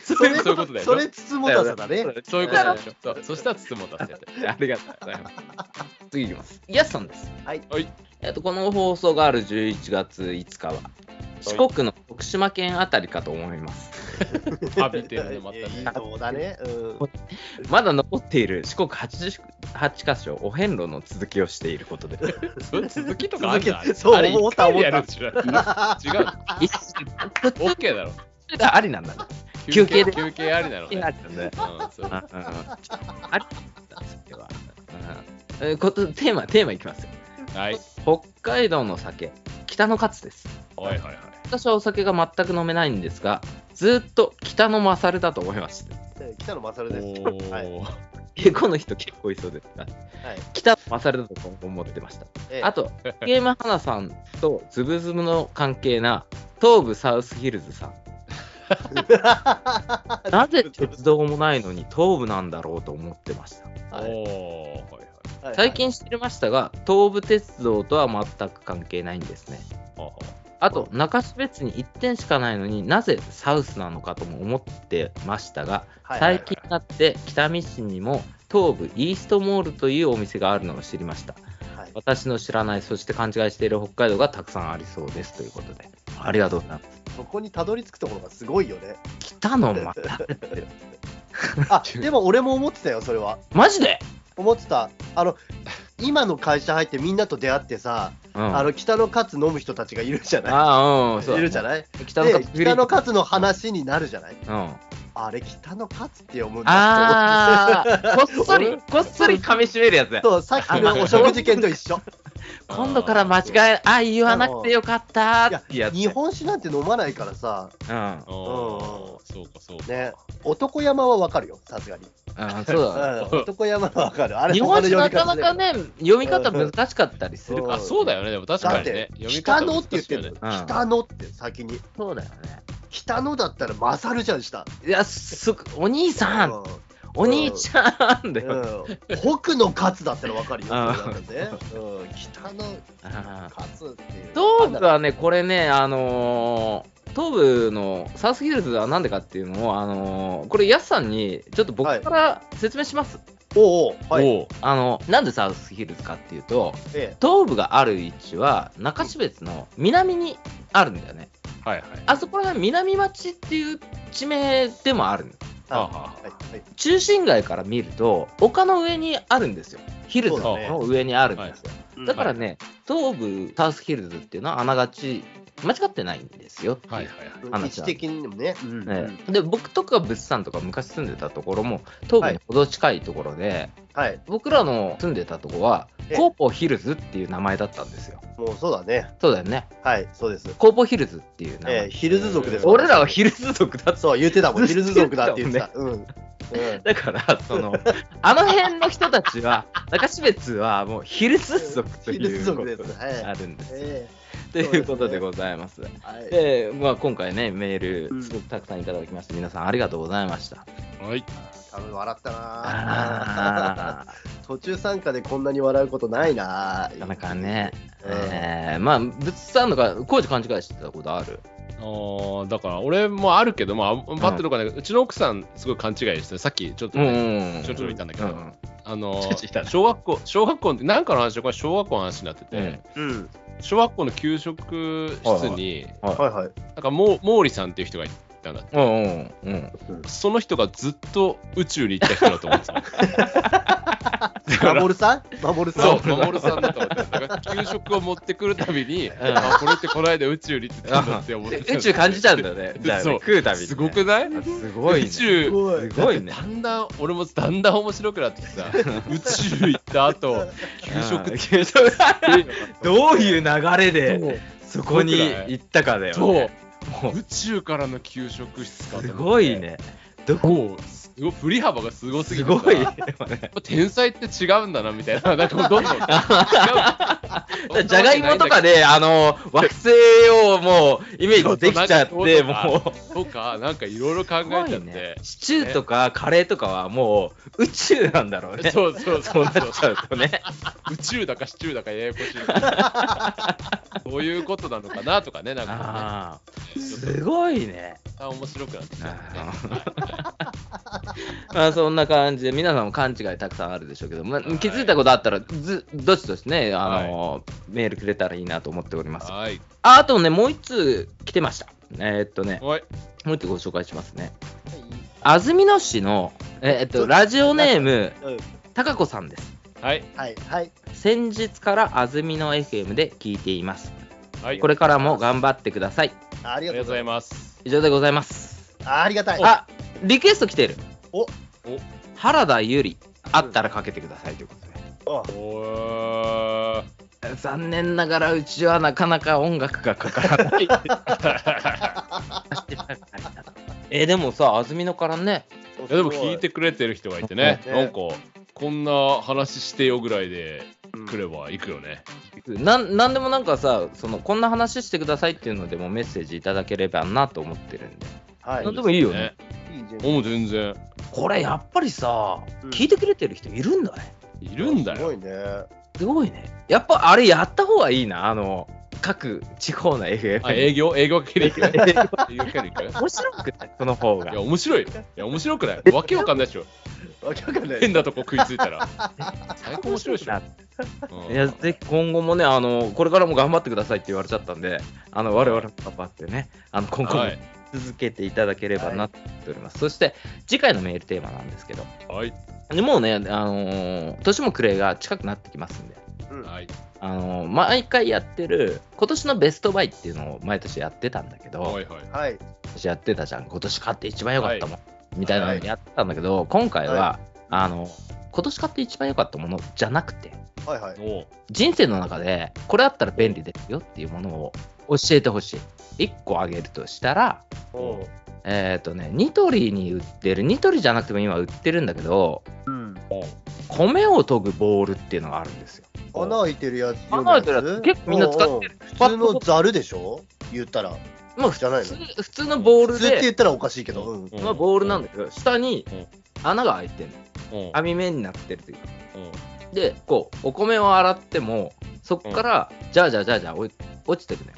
S2: そういうことだよ
S4: それつつもたさだね。
S2: そういうことでしょ。そうそしたら、つもたせて。
S1: ありがとうございます。次いきます。イヤスさんです。
S4: はい
S2: はい。
S1: えっと、この放送がある11月5日は、四国の徳島県あたりかと思います。
S2: 浴びてるね、また
S4: いやいい
S2: ね。
S4: とこだね。うん。
S1: まだ残っている四国88箇所お遍路の続きをしていることで、
S2: そう続きとかあるじゃん
S4: 続きそう
S2: あれ
S4: 思った
S2: 一回でやるんじゃない違う。
S1: いや
S2: オッケーだろ。
S1: ありなんだね。休
S2: 休
S1: 憩
S2: 憩
S1: で
S2: 休憩ありなのね。
S1: ありなんだね。
S2: うんそう
S1: あうんうんありなんだ、それは。うんえーことテーマ、テーマいきますよ。
S2: はい。
S1: 北海道の酒、北の勝です。
S2: はいはいはい。
S1: 私はお酒が全く飲めないんですが、ずっと北の勝るだと思いました。
S4: 北野勝です。 はい。
S2: おー
S1: え、この人結構いそうですが、北野勝だと思ってました。
S4: ええ
S1: あと、ゲーム花さんとズブズブの関係な、東武サウスヒルズさん。なぜ鉄道もないのに東武なんだろうと思ってました。
S4: はい
S2: おーはい
S4: はい
S1: 最近知りましたが、東武鉄道とは全く関係ないんですね。
S2: はい
S1: あと、中標別に1点しかないのになぜサウスなのかとも思ってましたが、
S4: はい
S1: 最近になって北見市にも東武イーストモールというお店があるのを知りました。
S4: はい
S1: 私の知らない、そして勘違いしている北海道がたくさんありそうですということで、ありがとうございます。
S4: そこにたどり着くところがすごいよ ね。
S1: 北のまた、
S4: あ、でも俺も思ってたよ、それは。
S1: マジで、
S4: 思ってた。あの、今の会社入ってみんなと出会ってさ、
S1: うん、
S4: あの、北野勝飲む人たちがいるじゃない
S1: あーうん、そう
S4: いるじゃない
S1: 北の
S4: で
S1: 勝、
S4: 北野勝の話になるじゃない
S1: うん、
S4: あれ、北野勝って読むんだ
S1: ああ、こっそり、 こっそり噛み締めるやつだ
S4: って思って。そう、さっきのお食事券 と一緒。
S1: 今度から間違え、あ、言わなくてよかったーってやつ。
S4: 日本酒なんて飲まないからさ、
S1: うん。
S2: おーそうかそうか。
S4: ね、男山はわかるよ、さすがに。
S1: うん、そう
S4: う
S1: だね。
S4: ん、男山はわかる。あれ、
S1: 日本酒なかなか
S4: 他の
S1: ね、読み方難しかったりするから。
S2: あ、そうだよね。でも確かにね。
S4: 読み方だって、北野って言ってる
S2: る
S4: の、
S1: うん
S4: 北野って先に。
S1: そうだよね。
S4: 北野だったら勝るじゃん、下。
S1: いや、す、お兄さん、
S4: う
S1: お兄ちゃんだよ。
S4: うん北の勝だったらわかるよ。
S1: うん
S4: それだったらねうん北の
S1: あー
S4: 勝っていう。
S1: 東部はね、これね、あのー東部のサウスヒルズはなんでかっていうのを、あのーこれ、ヤスさんにちょっと僕から説明します。
S4: おうおうはい。
S2: おう
S1: あの、なんでサウスヒルズかっていうと、
S4: え
S1: 東部がある位置は中標別の南にあるんだよね。
S2: はいはい。
S1: あそこら辺、南町っていう地名でもあるの
S4: え
S2: はあはあ
S4: はいはい
S1: 中心街から見ると、丘の上にあるんですよ。ヒルズ
S2: そう
S1: の
S2: だね
S1: 上にあるんですよ。
S4: うん
S1: だからね、東部サウスヒルズっていうのはあながち間違ってないんですよ。
S2: はいはいはい。
S4: 位置的にもね。うん
S1: ねで僕とか物産とか昔住んでたところも東部にほど近いところで、
S4: はい。
S1: 僕らの住んでたとこは
S4: ええ
S1: コーポヒルズっていう名前だったんですよ
S4: もうそうだね。
S1: そうだよね
S4: はい、そうです。
S1: コーポヒルズっていう名前、
S4: ええ、ヒルズ族です。
S1: 俺らはヒルズ族だった
S4: そう、言ってたもん。ヒルズ族だって言ってた。うん。うん
S1: だからそ のあの辺の人たちは中標津はもうヒルズ族と
S4: ヒ
S1: い
S4: ルズ
S1: うこ
S4: 族
S1: と
S4: です。は
S1: があ
S4: い。
S1: るんです、
S4: え
S1: ということでございます
S4: えはい
S1: で、まあ、今回ねメー
S4: う
S1: ル
S4: ん
S1: すごくたくさんいただきまして皆さんありがとうございました
S2: はい。
S4: 多分笑ったなぁ
S1: あ
S4: 途中参加でこんなに笑うことないな
S1: ー
S4: ぁ
S1: なかなかね
S4: うん
S1: えー、まあ、ぶつさんのか、工事勘違いしてたことある。
S2: あーだから俺もあるけど、まあ、バットとかね、うちの奥さん、すごい勘違いしてる、さっきちょっとね、
S1: ん
S2: ちょちょいたんだけど
S1: う
S2: あの
S1: ちょっといたね
S2: 小学校、小学校の、なんかの話、これ小学校の話になってて、
S1: うん
S4: うん。
S2: 小学校の給食室に、
S4: はいはい。
S2: なんかもう毛利さんっていう人がいたんだって
S1: うんうんうん。
S2: その人がずっと宇宙に行った人だと思ってた。
S4: マボルさんマボルさん
S2: そう、守さんだと思ってた。だから給食を持ってくるたびに、あこれってこの間宇宙に行ってたんだって思ってた。
S1: 宇宙感じちゃうんだ ね。じゃあね、
S2: そう
S1: 食うたびにね、
S2: すごくない
S1: あすごいね。
S2: 宇宙
S4: すご
S1: す
S4: い。
S1: ごいね
S2: だ。んだん俺もだんだん面白くなってき てさ宇宙行った後給食
S1: う
S2: っ
S1: ん
S2: て
S1: 給食。どういう流れで、そこに行ったかだよ
S2: そう
S1: ね。もう
S2: 宇宙からの給食室か
S1: す
S2: と思っ
S1: ご
S2: て
S1: いね。どこ
S2: もうすごい振り幅がすごすぎ
S1: す
S2: てさ
S1: ごい。
S2: やっぱ天才って違うんだなみたいななんかも うどんどん違う
S1: じゃがいもとかで、あの、惑星をもう、イメージできちゃって、
S2: そ
S1: も
S2: うそうなんか
S1: う。
S2: とかなんかいろいろ考え
S1: す
S2: ちゃ
S1: ご
S2: って、
S1: いね。シチューとかカレーとかはもう宇宙なんだろうね。
S2: そうそう
S1: そ
S2: そうう
S1: なっ
S2: そう
S1: ちゃうとね。
S2: 宇宙だかシチューだかややこしいそういうことなのかなとかねなんか
S1: ああ、
S2: ねちょっ
S1: すごいね。
S2: と面白くなってきたね
S1: あー まあそんな感じで、皆さんも勘違いたくさんあるでしょうけど、まあ、
S2: はい
S1: 気づいたことあったら、ずどしどしね、あのメールくれたらいいなと思っております。あ
S2: はい
S1: あとね、もう一通来てました。えーっとね、
S2: おい
S1: もう一通ご紹介しますね。安曇野市の、えーっと、ラジオネーム、
S4: うん
S1: たかこさんです。
S2: はい
S4: はいはい。
S1: 先日から安曇野 FM で聞いています。
S2: はい
S1: これからも頑張ってください。
S4: あり
S2: あり
S4: がと
S2: がとう
S4: うご
S2: ご
S4: ざ
S2: ざ
S4: い
S2: い
S4: ます。
S1: 以上でございます。
S4: あありがたい。
S1: あ、リクエスト来てる。
S4: お
S2: お
S1: 原田ゆり、あったらかけてくださいということで。
S4: あ
S2: おー
S1: 残念ながらうちはなかなか音楽がかからない。 えでもさ、安曇野からね、
S2: いやでも聞いてくれてる人がいてね、
S4: ね
S2: なんかこんな話してよぐらいで来れ
S4: ば。
S2: ば行くよね。
S1: なんなんでもなんかさその、こんな話してくださいっていうのでもメッセージいただければなと思ってるんで。
S4: はい。
S1: なんでもいいよね。
S4: いいじゃん
S2: もう全然
S1: これやっぱりさ、
S4: うん
S1: 聞いてくれてる人いるんだね。
S2: いるんだ
S4: す
S2: よ。
S4: ごいね。
S1: すごいね。やっぱあれやった方がいいな、あの、各地方の FM。
S2: あ営業営業かけに行く。営
S1: 営業
S2: 業かけに行く。い
S1: 面白くないその方が
S2: や。面白いよ。いや面白くない。わけわかんないでしょ。
S4: わけわかんない。
S2: 変なとこ食いついた ら。最高面白いでしょ。うん
S1: いや、ぜひ今後もね、あの、これからも頑張ってくださいって言われちゃったんで、あの、我々も頑張ってね、あの、今後も
S2: はい
S1: 続けていただければなと思っております。そして、次回のメールテーマなんですけど、
S2: はい
S1: でもうね、あのー年も暮れが近くなってきますんで、
S4: うん
S2: はい
S1: あのー毎回やってる、今年のベストバイっていうのを毎年やってたんだけど、
S2: はいはい。
S4: はい。
S1: 今年やってたじゃん、今年買って一番良かったもん、みたいなのやってたんだけど、今回は、
S4: は
S1: あの、今年買って一番良かったものじゃなくて、
S4: はいはい。
S2: おう
S1: 人生の中でこれあったら便利ですよっていうものを教えてほしい1個あげるとしたら
S4: おう
S1: えっ、とねニトリに売ってるニトリじゃなくても今売ってるんだけど
S4: うん。
S1: 米を研ぐボールっていうのがあるんですよ
S4: 穴開いてるやつ。
S1: 穴開いてるやつ結構みんな使って
S4: る。普通のザルでしょ言ったら。
S1: まあ
S4: じゃないの
S1: 普通普通のボー
S4: 普
S1: ル
S4: 通って言
S1: で
S4: ったらおかしいけど。うん
S2: うん
S1: まあボールなんだけど下に
S2: うん
S1: 穴が開いてんの。
S2: うん
S1: 網目になってるというか。
S2: うん
S1: で、こう、お米を洗っても、そっから、じゃじゃじゃじゃ落落ちてるのよ。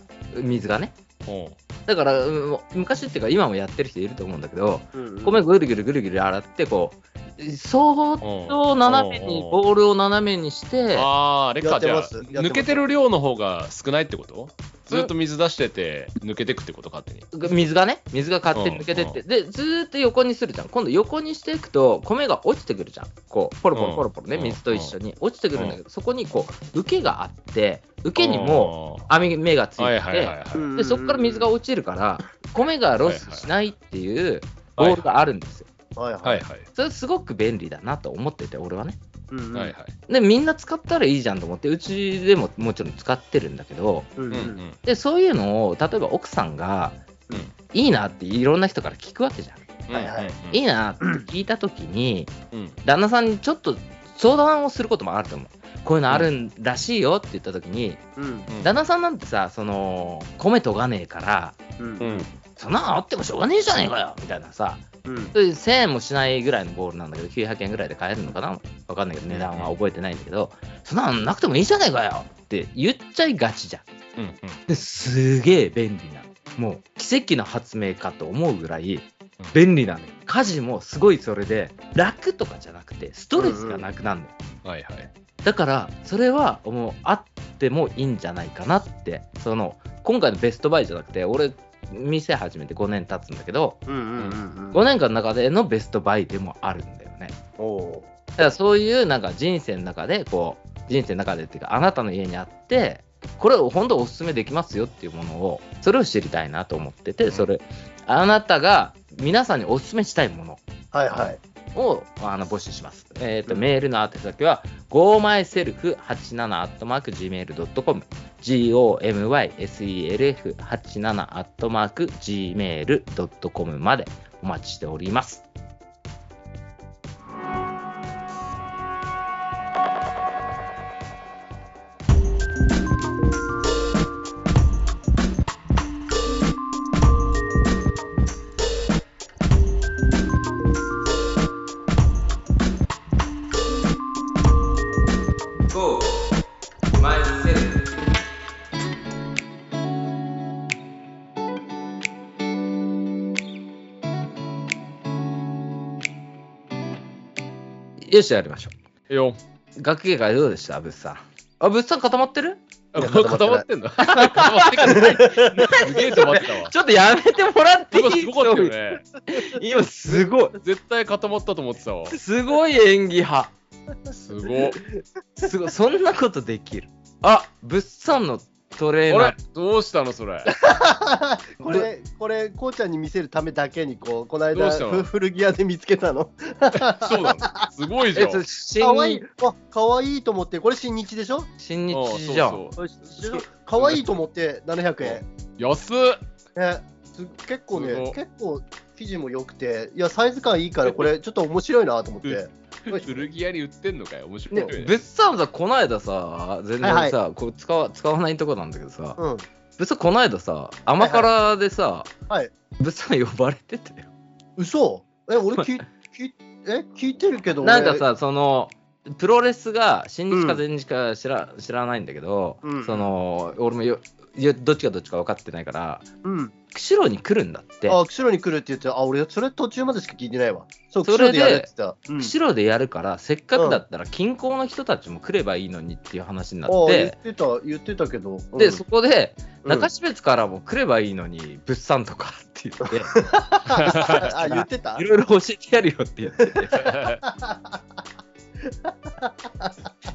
S1: 水がね。
S2: うん
S1: だから、うん昔っていうか、今もやってる人いると思うんだけど、
S4: うん
S1: 米ぐるぐるぐるぐる洗って、こう、そーっ
S2: うん
S1: と斜め
S2: うん
S1: に、
S2: うん
S1: ボールを斜めにして、
S2: あーあれ
S4: や
S2: か
S4: って
S2: じゃ
S4: ま
S2: あ
S4: すやってます
S2: 抜けてる量の方が少ないってことずっと水出してて抜けてくってこと勝手に
S1: 水がね、水が勝手に抜けてって、で、ずーっと横にするじゃん。今度横にしていくと、米が落ちてくるじゃん。こう、ポロポロポロポロね、
S2: うん
S1: 水と一緒に落ちてくるんだけど、そこにこう、受けがあって、受けにも
S2: うん
S1: 網目がつ
S2: はいいはいはい
S1: て
S2: はい
S4: うん
S1: て、で、そこから水が落ちるから、米がロスしないっていうボールがあるんですよ。
S4: はい
S2: は
S4: はいい。
S2: はい
S1: それすごく便利だなと思ってて、俺はね。
S4: うん
S2: はいはい
S1: で、みんな使ったらいいじゃんと思って、うちでももちろん使ってるんだけど、
S4: う
S2: うんん
S4: うん
S1: で、そういうのを、例えば奥さんが
S2: うん、
S1: いいなっていろんな人から聞くわけじゃん。
S2: うん
S4: はいはい
S2: うん
S1: いいなって聞いたときに、
S2: うん
S1: 旦那さんにちょっと相談をすることもあると思う。こういうのあるんらしいよって言ったときに、
S4: うん
S2: うん
S1: 旦那さんなんてさ、その、米とがねえから、
S4: うん
S2: う
S4: うん
S2: ん
S1: そんなのあってもしょうがねえじゃねえかよみたいなさ、
S4: うん
S1: そういう1000円もしないぐらいのボールなんだけど、900円ぐらいで買えるのかなわかんないけど、値段は覚えてないんだけど、そんなのなくてもいいじゃねえかよって言っちゃいがちじゃん。
S2: うんうん
S1: ですげえ便利なもう奇跡の発明かと思うぐらい便利なのよ家事もすごいそれで楽とかじゃなくてストレスがなくなるのよ、
S2: はいはい
S1: だからそれはもうあってもいいんじゃないかなってその今回のベストバイじゃなくて俺店始めて5年経つんだけど
S4: うんうんうん
S1: 5年間の中でのベストバイでもあるんだよね
S4: おお
S1: だからそういうなんか人生の中でこう人生の中でっていうかあなたの家にあってこれを本当おすすめできますよっていうものをそれを知りたいなと思っててそれあなたが皆さんにおすすめしたいもの
S4: ーはいはい
S1: をあの募集します、えーと
S4: うん
S1: メールの宛先は gomyself87-gmail.com gomyself87-gmail.com までお待ちしておりますよしやりましょう
S2: よ
S1: 学芸会どうでしたぶっさん。あ、ぶっさん固まってる
S2: あ
S4: いや
S2: もう固
S4: 固
S2: ま
S4: ま
S2: っ
S4: って
S2: んの 固まってくるすげえ止まってた わ
S1: ちょっとやめてもらってい
S2: 今
S1: い
S2: すごかったよね
S1: 今すごい。
S2: 絶対固まったと思ってたわ
S1: すごい演技派。
S2: すごっ
S1: すごい。そんなことできる。あ、ぶっさんのトレーナ
S2: あ
S1: ー
S2: れ。どうしたのそれ
S4: これこれこうちゃんに見せるためだけにこうこの
S2: どう
S4: 間
S2: したの
S4: ふ古着屋で見つけたの
S2: そうなのすごいじゃ
S1: え
S2: ん
S1: それ新
S4: 可愛い
S1: 日、
S4: あ可愛いと思ってこれ新日でしょ
S1: 新
S2: ああ
S1: 日じゃん。
S2: そうそう
S4: これ新日でしょ可愛いと思って700円
S2: 安っ
S4: ね、す結構
S2: すご
S4: ね、結構生地も良くて、いや、サイズ感いいから、これ、ちょっと面白いなと思って。
S2: 古着屋に売ってんのかよ面白いね
S1: ぶっさんさ、こないださ、全然さ、
S4: はい
S1: こう使わ使わないとこなんだけどさ、
S4: うん。
S1: ぶっさんこないださ、甘辛でさ、
S4: はい
S1: ぶっさん呼ばれてたよ。
S4: 嘘え、俺聞い、聞いえ、聞いてるけど、
S1: なんか、さ、その、プロレスが新日か前日か知ら,、知らないんだけど、
S4: うん
S1: その俺もよよどっちがどっちか分かってないから
S4: うん。
S1: 釧路に来るんだって
S4: あ、釧路に来るって言って、あ、俺、それ途中までしか聞いてないわ。そう、
S1: それで
S4: 釧路でやるって言ってた。うん。
S1: 釧路でやるからせっかくだったら近郊の人たちも来ればいいのにっていう話になっ、
S4: あ言っててた、言ってたけど。うん
S1: で、そこで
S4: うん
S1: 中標津からも来ればいいのに物産とかって言って、
S4: あ、言って た
S1: いろいろ教えてやるよって言ってて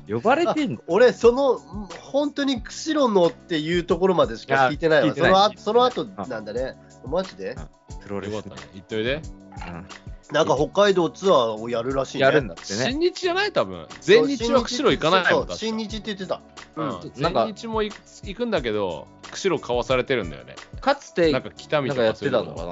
S1: 呼ばれ てんの
S4: 俺、その、うん本当に釧路のっていうところまでしか聞いて
S1: い
S4: ない
S1: や
S4: わ。
S1: 聞いて
S4: そ
S1: ない
S4: の後、その後なんだね。マジで
S1: プロレ
S2: よ
S1: ス
S2: か
S1: ね
S2: ったね行っといで
S4: なんか北海道ツアーをやるら
S1: う
S4: しい
S1: ん
S4: ね。
S1: やるんだってね
S2: 新日じゃない多分全日は釧路行かないもん
S4: そ
S2: だ
S4: う新日って言ってた。うん
S1: なんか
S2: 全日も行く行くんだけど釧路買わされてるんだよね
S1: かつて
S2: なんか北見
S1: な
S2: と
S1: んかや
S2: か
S1: っ
S2: そうい
S1: て
S2: う
S1: たのか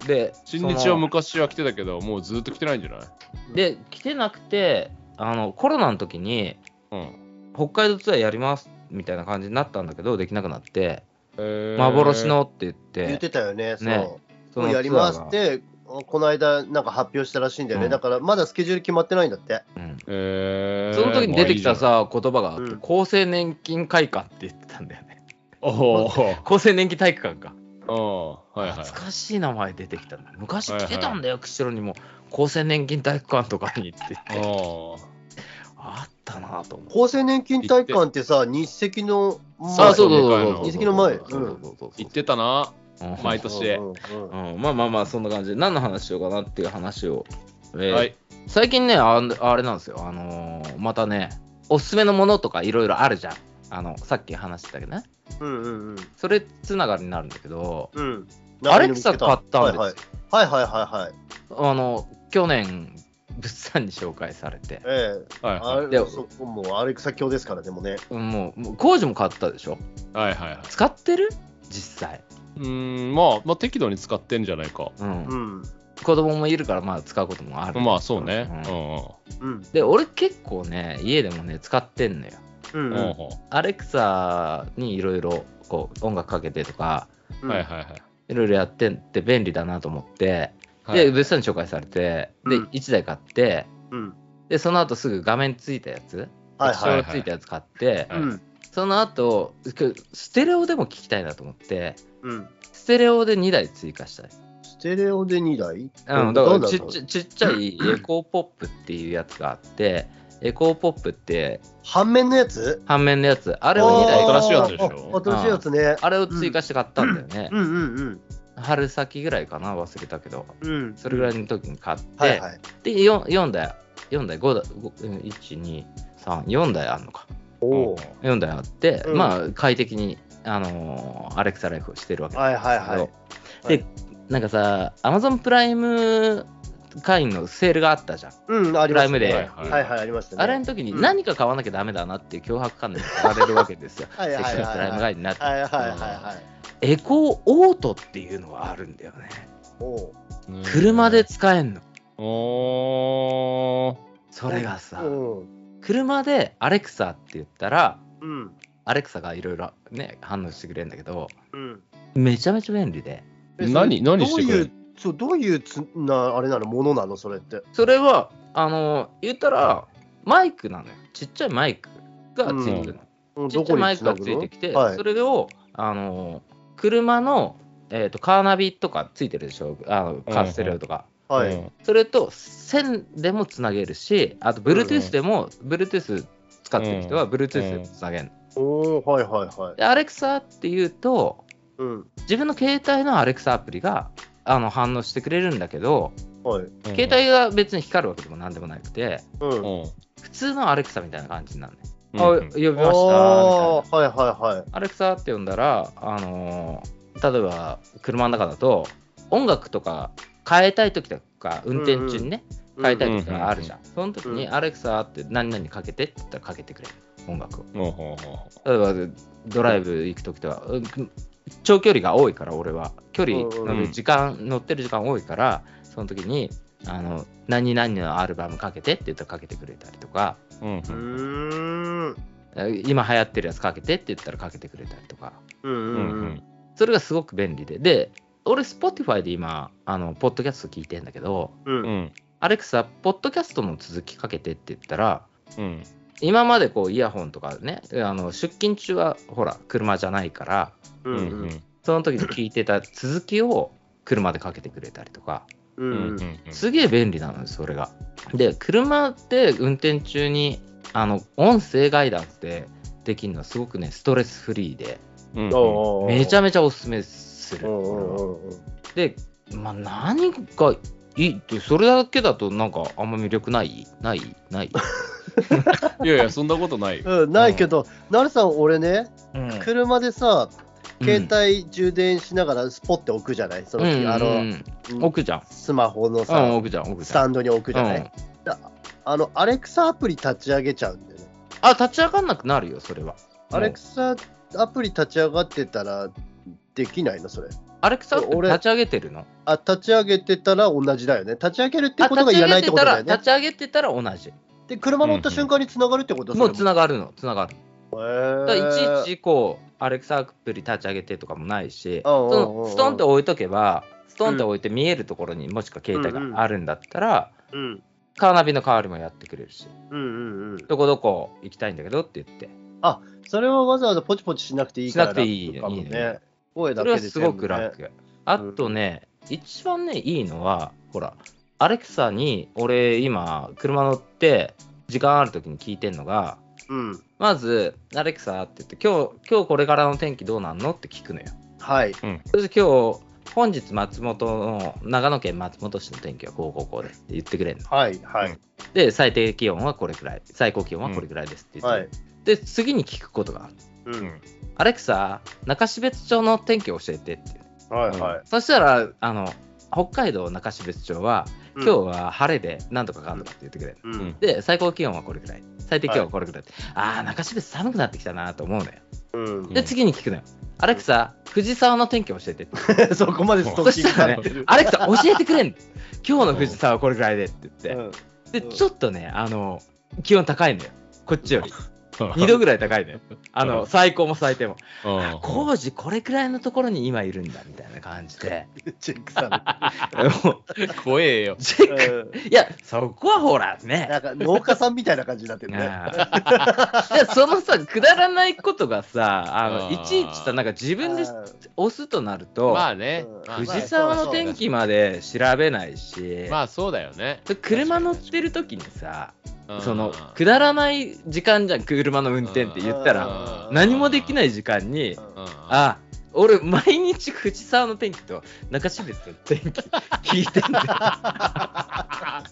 S1: なで
S2: 新日は
S1: その
S2: 昔は来てたけどもうずっと来てないんじゃない
S1: で来てなくてあのコロナの時に
S2: うん
S1: 北海道ツアーやりますみたいな感じになったんだけどできなくなって
S2: えー
S1: 幻のって言って
S4: 言ってたよね。そう
S1: ね
S4: もうやります
S1: ツア
S4: っ
S1: ーが
S4: て、あこの間なんか発表したらしいんだよね、
S1: うん
S4: だからまだスケジュール決まってないんだって
S3: うん
S2: えー、
S1: その時に出てきた
S2: まあ。
S1: さ、言葉が、
S4: うん
S1: 厚生年金会館って言ってたんだよね。
S2: いいじゃんおー
S1: 厚生年金体育館か。
S2: おーはいはい。
S1: 懐かしい名前出てきたんだ。昔来てたんだよ、釧路にも。厚生年金体育館とかにって言って。
S2: おー
S1: あったなと思って。
S4: 厚生年金体育館ってさ日赤の
S2: そう
S1: あ、そうそう
S2: そう
S1: そうそう。
S4: 遺跡の前
S1: そうそうそうそう
S2: 行ってたな、
S1: うん
S2: 毎年。
S4: うんうんうん
S1: うん、まあまあまあ、そんな感じで、何の話しようかなっていう話を。えー
S2: はい。
S1: 最近ねあ、あれなんですよ、あのーまたね、おすすめのものとかいろいろあるじゃん。あの、さっき話してたけどね。
S4: うんうん
S1: それつながりになるんだけど、
S4: うん
S1: アレクサ買ったんですよ
S4: はいはいはいはいはいはい
S1: あの、去年、物産に紹介されて、
S4: ええ
S2: はい
S4: あ
S2: は
S4: れ
S1: で
S4: そこもうアレクサ教ですからでもね
S1: もう、もう工事も買ったでしょ
S2: い。はいはいはい。
S1: 使ってる実際。
S2: うーん、まあ、まあ、適度に使ってんじゃないか。
S1: うん。
S4: うん
S1: 子供もいるから、まあ、使うこともある。
S2: まあ、そうね。
S1: うん
S2: う
S4: うん
S1: で、俺結構ね、家でもね、使ってんのよ。
S4: うん
S2: んうん。
S4: うん
S2: お
S1: アレクサにいろいろ、こう、音楽かけてとか、
S2: ーはいはいはい
S1: いろいろやってって便利だなと思って、
S2: はい。
S1: で、物産に紹介されて、で、
S4: うん
S1: 1台買って、
S4: うん
S1: で、その後すぐ画面ついたやつ、
S4: はい
S1: 液晶
S4: はい
S1: がついたやつ買って、
S2: はい
S4: うん
S1: その後、ステレオでも聞きたいなと思って、
S4: うん
S1: ステレオで2台追加したい。
S4: ステレオで2台
S1: うん、だか
S4: ど
S1: ら
S4: うなの
S1: ちっちゃちっちゃいエコーポップっていうやつがあって、エコーポップって
S4: 半面のやつ
S1: 半面のやつ、あ
S4: あ
S1: れを2
S2: あー
S1: 台、
S2: 新しいやつでしょ
S4: あ新しいやつね
S1: あれを追加して買ったんだよね
S4: う。んうんうん
S1: 春先ぐらいかな、忘れたけど。
S4: うん
S1: それぐらいの時に買って、
S4: はいはい
S1: で 4, 4台4台5台1234台あるのか
S4: おお
S1: 4台あって、
S4: うん
S1: まあ快適にあのーアレクサライフをしてるわけ
S4: はいはい
S1: ですけ
S4: は
S1: ど、
S4: い
S1: でなんかさアマゾンプライム会員のセールがあったじゃん、
S4: うんありましたね
S1: プライムデー
S4: はいはいはいありましたね
S1: あれの時に
S4: うん
S1: 何か買わなきゃダメだなっていう脅迫観念が 生まれるわけですよ
S4: はい
S1: セ
S4: はい
S1: ク
S4: は
S1: シ
S4: い
S1: ョンプライム
S4: は
S1: 会
S4: い
S1: 員になって、
S4: はいはいはいはい
S1: エコーオートっていうのがあるんだよね
S4: おう
S2: うん
S1: 車で。使えんの
S2: おー。
S1: それがさ、
S4: うん
S1: 車でアレクサって言ったら
S4: うん
S1: アレクサがいろいろね反応してくれるんだけど
S4: うん
S1: めちゃめちゃ便利で
S4: えそれ
S2: 何何してくれ
S4: どういうそうどういうつなあれなのものなのそれって
S1: それはあの言ったらマイクなのよちっちゃいマイクがついてるの、
S4: うん
S1: ちっち
S4: ど
S1: ゃい
S4: こ
S1: マ
S4: に
S1: イ
S4: つ
S1: クが
S4: な
S1: つ
S4: ぐ
S1: い
S4: の
S1: てきて、
S4: はい
S1: それをあの車の、えー、とカーナビとかついてるでしょあのカーステレオとか、
S4: は
S2: う
S4: い
S2: ん
S1: それと線でもつなげるしあと Bluetooth でも、Bluetooth 使ってる人は Bluetooth でつなげるの、
S4: おーはいはいはい
S1: でアレクサっていうと
S4: うん
S1: 自分の携帯のアレクサアプリがあの反応してくれるんだけど、
S4: はい
S1: 携帯が別に光るわけでもなんでもなくて、
S4: うん
S2: うん。
S1: 普通のアレクサみたいな感じになるね。
S2: うん
S1: あ、呼びましたみたい
S4: あ
S1: な。
S4: ーはいはいはい
S1: アレクサって呼んだら、あのー例えば車の中だと、音楽とか変えたい時とか、運転中にね、
S4: うん
S1: 変えたい時とかあるじゃん。その時に、
S4: うん
S1: アレクサって何々かけてって言ったらかけてくれる、音楽を。
S2: うんうんうん
S1: 例えば、ドライブ行く時とか、うん長距離が多いから、俺は。距離、
S4: うん
S2: うん
S1: 時間、乗ってる時間多いから、その時に、あの何々のアルバムかけてって言ったらかけてくれたりとか。
S2: うん
S4: うーん
S1: 今流行ってるやつかけてって言ったらかけてくれたりとか
S4: うんう
S2: うん
S4: うんん
S1: それがすごく便利でで俺 Spotify で今あのポッドキャスト聞いてんだけど
S4: う
S2: うん
S4: ん
S2: うん
S1: アレクサポッドキャストの続きかけてって言ったら
S2: うん
S1: 今までこうイヤホンとかねあの出勤中はほら車じゃないから
S4: う
S2: うんん
S4: うん
S1: その時に聞い てた続きを車でかけてくれたりとか
S4: う
S2: うんうん
S4: ん
S1: すげえ便利なのよそれがで車って運転中にあの音声ガイダンスでできるのはすごくねストレスフリーで
S2: うんうん
S4: うん
S1: めちゃ
S4: め
S1: めちゃおすすめす
S4: う
S1: る。
S4: んう
S1: これは
S4: んうんうん
S1: で、まあ、何がいいって、それだけだとなんかあんま魅力ないない ない。
S2: いやいや、そんなこと ないよ。
S4: うんないけどなるさん俺ね
S1: うん
S4: 車でさ携帯充電しながらスポって置くじゃないその
S1: うん、
S4: あ
S1: う
S4: の
S1: ん奥じゃん。
S4: スマホの
S1: う
S4: さ
S1: ん、奥じゃん、奥じ
S4: ス
S1: ゃん。
S4: タンドに置くじゃな
S1: うん
S4: いあのアレクサアプリ立ち上げちゃうんだよね
S1: あ、立ち上がんなくなるよ、それは。
S4: アレクサアプリ立ち上がってたらできないのそれ
S1: アレクサって
S4: 俺
S1: 立ち上げてるの
S4: あ立ち上げてたら同じだよね立ち上げるって
S1: あ
S4: ことがいらないってことだよね
S1: 立ち上げてたら立ち上げてたら同じ。
S4: で車乗った瞬間に繋がるってこと
S1: もうつ
S4: な
S1: ながるの、つながる。だか
S4: が
S1: らいちいちこう、アレクサアプリ立ち上げてとかもないし、
S4: うんうんうん
S1: そのストンって置いとけば、ストンって置いて見えるところにもしくは携
S4: うん
S1: 帯
S4: うん
S1: があるんだったら、
S4: うん。
S1: カーナビの代わりもやってくれるし、
S4: うんうんうん。
S1: どこどこ行きたいんだけどって言って、
S4: それはわざわざポチポチしなくていいから
S1: しなくていいね
S4: 楽かも
S1: いいね
S4: ね。声だ
S1: そ
S4: け
S1: れ
S4: で
S1: はすごく
S4: 全部ね。
S1: 楽。あとね、一番ね、いいのは、ほら、アレクサに、俺、今、車乗って、時間ある時に聞いてんのが、
S4: うん。
S1: まず、アレクサって言って、今日、今日これからの天気どうなんのって聞くのよ。
S4: はい。
S1: それで今日、本日松本の、長野県松本市の天気はこうこうこうですって言ってくれるの。
S4: はい。は
S2: う
S4: い。
S1: で、最低気温はこれくらい、最高気温はこれくらいですって言って
S4: は
S1: くれ
S4: い
S1: る、。で、次に聞くことがある。
S4: うん。
S1: アレクサ、中標津町の天気を教えてっていう。
S4: はい。はい。
S1: そしたら、あの、北海道中標津町は、
S4: うん
S1: 今日は晴れでなんとかかんとかって言ってくれる、
S4: うん
S2: うん
S1: で最高気温はこれぐらい最低気温はこれぐらい、ああ中標津寒くなってきたなと思うのよ
S4: うん。
S1: で次に聞くのよ、アレクサ藤沢の天気教えてって
S4: そこまでスト
S1: そ
S4: ッキ
S1: し
S4: ング
S1: たら
S4: かけて
S1: ね
S4: る
S1: アレクサ教えてくれ ん今日の藤沢はこれぐらいでって言って、で
S4: うん
S1: ちょっとねあの気温高いのよこっちよ り2
S2: 二
S1: 度ぐらい高いのよあ
S2: う
S1: の
S2: ん
S1: 最高も最低も
S2: うん
S1: 工事これくらいのところに今いるんだみたいな感じ で
S4: うん。チェックされて
S1: もう
S2: 怖えよ。
S1: チェック
S4: る。うん
S1: いやそこはほらね
S4: なんか農家さんみたいな感じになってるね。
S1: ああいやそのさくだらないことがさあの
S2: あー
S1: いちいちさなんか自分で押すとなると、
S2: まあね
S4: うん。
S2: まあ
S1: 藤沢の天気まで調べないし、
S2: まあそうだよね。
S1: それ車乗ってる時にさ
S2: うん
S1: そのくだらない時間じゃん車の運転って言ったら
S4: うん
S2: うん
S1: 何もできない時間に
S4: うん
S2: うん
S1: あ俺毎日藤沢の天気と中標津の天 気聞いてんだよ あ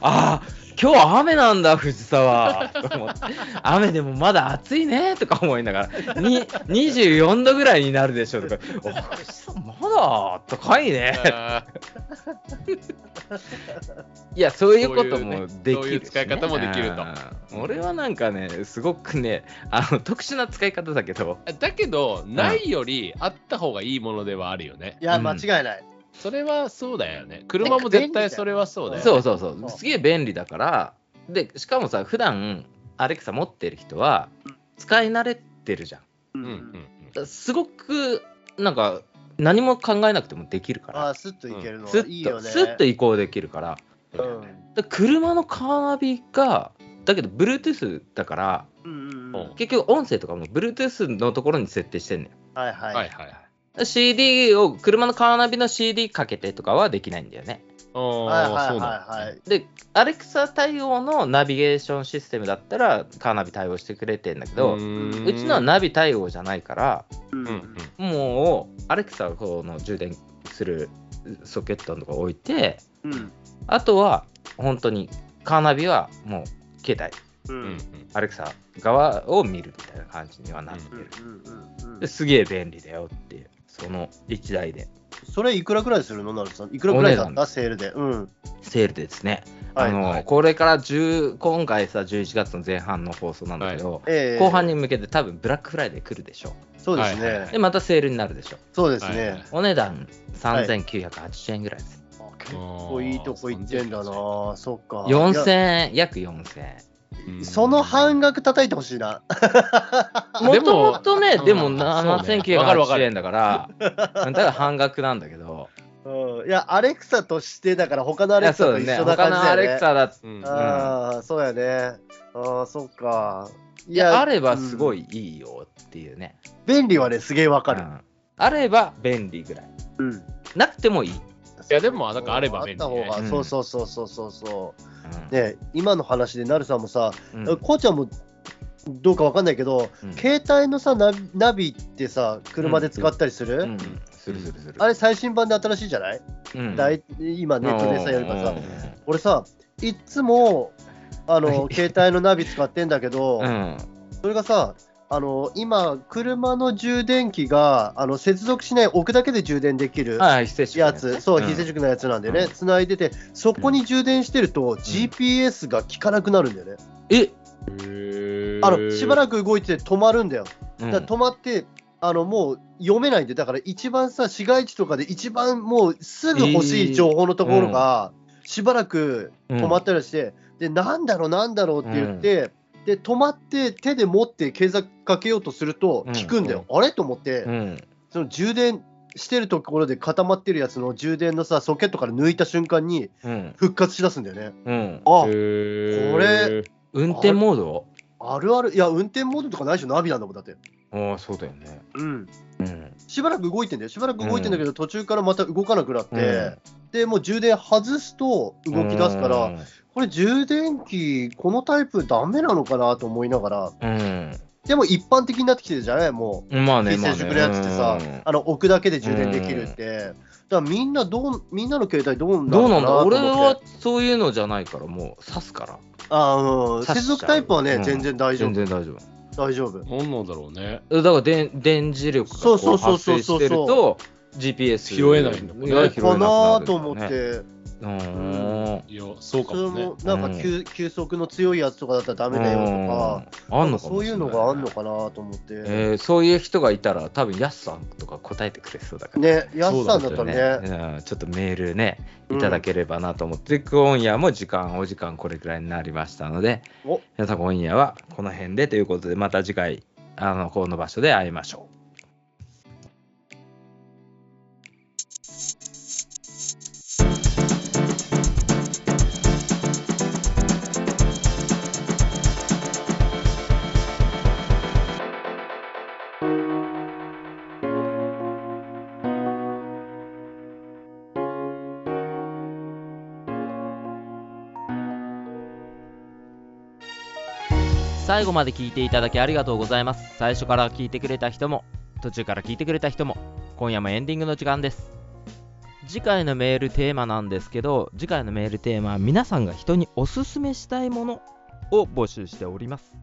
S1: あ今日雨なんだ藤沢と思って雨でもまだ暑いねとか思いながらに24度ぐらいになるでしょとかお藤沢まだ高いね
S2: あ
S1: いやそういうこともできるしね、
S2: そういうねそういう使い方もできると
S1: うん俺はなんかねすごくね あの特殊な使い方だけど
S2: ーだけど、ないよりあった方がいいものではあるよね。
S4: いや、間違いない。
S2: それはそうだよね。車も絶対それはそうだよね。
S1: そうそうそう
S4: そう
S1: すげえ便利だからでしかもさ普段アレクサ持ってる人は使い慣れてるじゃん
S4: う
S2: うんうん
S4: ん。
S1: だすごくなんか何も考えなくてもできるか
S4: ああ、
S1: ら
S4: スッといけるの
S1: ス
S4: は
S1: ッと
S4: いいよね。
S1: スッと移行できるから
S2: うん
S4: うん
S1: だ車のカーナビがだけど Bluetooth だから
S4: うんうんうん。
S1: 結局音声とかも Bluetooth のところに設定してんね
S4: は
S2: は
S4: い
S2: いは
S4: はいい。
S2: はい。
S1: ん CD を車のカーナビの CD かけてとかはできないんだよね
S4: は
S2: あ
S4: い
S2: あ、
S4: は
S2: そ
S4: いう
S2: なん
S4: はいはい。
S1: でアレクサ対応のナビゲーションシステムだったらカーナビ対応してくれてんだけど、う
S2: ーん
S1: ちのはナビ対応じゃないから
S4: うん
S2: うんうん
S1: もうアレクサをこの充電するソケットのとこ置いて
S4: うん
S1: あとは本当にカーナビはもう携帯
S4: う
S2: うんんうん
S1: アレクサ側を見るみたいな感じにはなって
S4: うん
S1: る、
S4: うんうん
S1: ですげえ便利だよっていうその1台で
S4: それいくらくらいするのなるさん。いくらくらいだったセールで。うん。
S1: セールでですね、
S4: はい
S1: あの
S2: はい
S1: これから10今回さ11月の前半の放送なんだけど、
S4: ええ
S1: 後半に向けて多分ブラックフライデー来るでしょ
S4: そうです
S2: はいはいは
S4: ね
S2: い。
S1: でまたセールになるでしょ
S4: そうです
S2: はいはい
S4: ね。
S1: お値段3980円ぐらいです、
S4: あ結構いいとこ行ってんだ
S2: あ
S4: な。そっか。
S1: 4000円約4000円
S2: うん
S4: その半額叩いてほしいな。
S1: も
S2: で
S1: と
S2: も
S1: もとね
S2: うん
S1: でも
S2: そうねわかるわか
S1: 7980
S2: る
S1: 円だからだから半額なんだけど
S4: うんいや、アレクサとしてだから他のアレクサ
S1: いやそう
S4: と一
S1: だね
S4: 緒
S1: 他
S4: な感じ
S1: のア
S4: だ
S1: レ
S4: よ
S1: ク
S4: ね。
S1: サだ
S2: うんうん
S4: ああ、そうやね。ああ、そっか。い
S1: いやあればすご
S4: い。
S1: いいいよっていうね、
S4: うん便利はね、すげえわか
S1: う
S4: る。
S1: んあれば便利ぐらい
S4: うん。
S1: なくてもいい、
S2: いやでもなんかあれば便利ね
S4: あった方
S1: う
S4: が、
S1: ん
S4: そうそうそうそうそうそう。
S1: うん
S4: ね今の話で、なるさんもさ、
S1: うん
S4: こうちゃんもどうかわかんないけど、
S1: うん
S4: 携帯のさナビ、ナビってさ、車で使ったりする、
S1: うんするするする
S4: あれ、最新版で新しいじゃない、
S1: うん
S4: だい今、ネットでさ、やればさ
S1: う、ん
S4: 俺さ、いっつも、あの携帯のナビ使ってんだけど、
S1: うん
S4: それがさ、あの今、車の充電器があの接続しない、置くだけで充電できる
S1: はい、非接触の
S4: やつ、そう、
S1: ん
S4: 非接触のやつなんで
S1: う
S4: ね、
S1: ん
S4: つないでて、そこに充電してると、GPS が効かなくなるんだよね。
S1: え、
S4: あのしば
S2: ら
S4: らく動いてて止まるんだよ。
S1: うん
S4: だから止まって、あのもう読めないんで、だから一番さ、市街地とかで一番もうすぐ欲しい情報のところが、しばらく止まったりして、で、なんだろう、なんだろうって言って、で、止まって手で持って検索かけようとすると、
S1: うん
S4: 聞くんだよ。あれと思って、
S1: うん
S4: その充電してるところで固まってるやつの充電のさソケットから抜いた瞬間に
S1: うん。
S4: 復活しだすんだよね
S1: うん。
S4: あ
S2: こ
S4: これ
S2: れ、
S1: 運転モード
S4: あるあるいや運転モードとかないでしょナビなんだもんだって
S1: ああ、そうだよね。
S4: うん
S1: うん。
S4: しばらく動いてんだよしばらく動いてんだけど、途中からまた動かなくなって、
S1: うん
S4: でもう充電外すと動き出すから、
S1: うん
S4: これ充電器このタイプダメなのかなと思いながら
S1: うん。
S4: でも一般的になってきてるじゃないもう
S1: まあね、
S4: 非
S1: まあ
S4: 接
S1: ね。
S4: 触のやつってさ、
S1: うん
S4: あの置くだけで充電できるって、だからみんなどうみんなの携帯どうな
S1: どうな
S4: の
S1: ん
S4: かな
S1: だ
S4: と思って
S1: 俺はそういうのじゃないから、もう刺すから。
S4: あう
S1: 刺
S4: ん
S1: しちゃう
S4: 接続タイプはね、
S1: うん
S4: 全然大丈
S1: 全
S4: 夫
S1: 然大丈夫。
S4: 大丈夫
S2: 何なんだろうね。
S1: だから電電磁力が
S4: そ
S1: こ
S4: うそううそう
S1: 発
S4: そう
S1: 生
S4: そう
S1: してると GPS
S2: 拾えないんだもんね
S1: が拾え
S4: か
S1: くるんだ
S4: な
S1: よね
S4: と思って、。
S1: うーん。
S2: いや、そう
S4: そ
S2: か
S4: れ
S2: もね
S4: も。なんか急,、急速の強いやつとかだったらダメだよとか、
S1: うん。あんのか
S4: そ
S1: も
S4: う
S1: し
S4: い
S1: れ
S4: う
S1: な
S4: のがあんのかなと思って、
S1: えーそういう人がいたら、多分ヤスさんとか答えてくれそうだから。
S4: ねやすさん
S1: ちょ
S4: だっ
S1: ったと
S4: らね
S1: ねうんちょっとメールね、いただければなと思って、今夜も時間、お時間これくらいになりましたので、
S4: お
S1: 皆さん今夜はこの辺でということで、また次回、あの、この場所で会いましょう。
S3: 最後まで聞いていただきありがとうございます最初から聞いてくれた人も途中から聞いてくれた人も今夜もエンディングの時間です次回のメールテーマなんですけど次回のメールテーマは皆さんが人におすすめしたいものを募集しております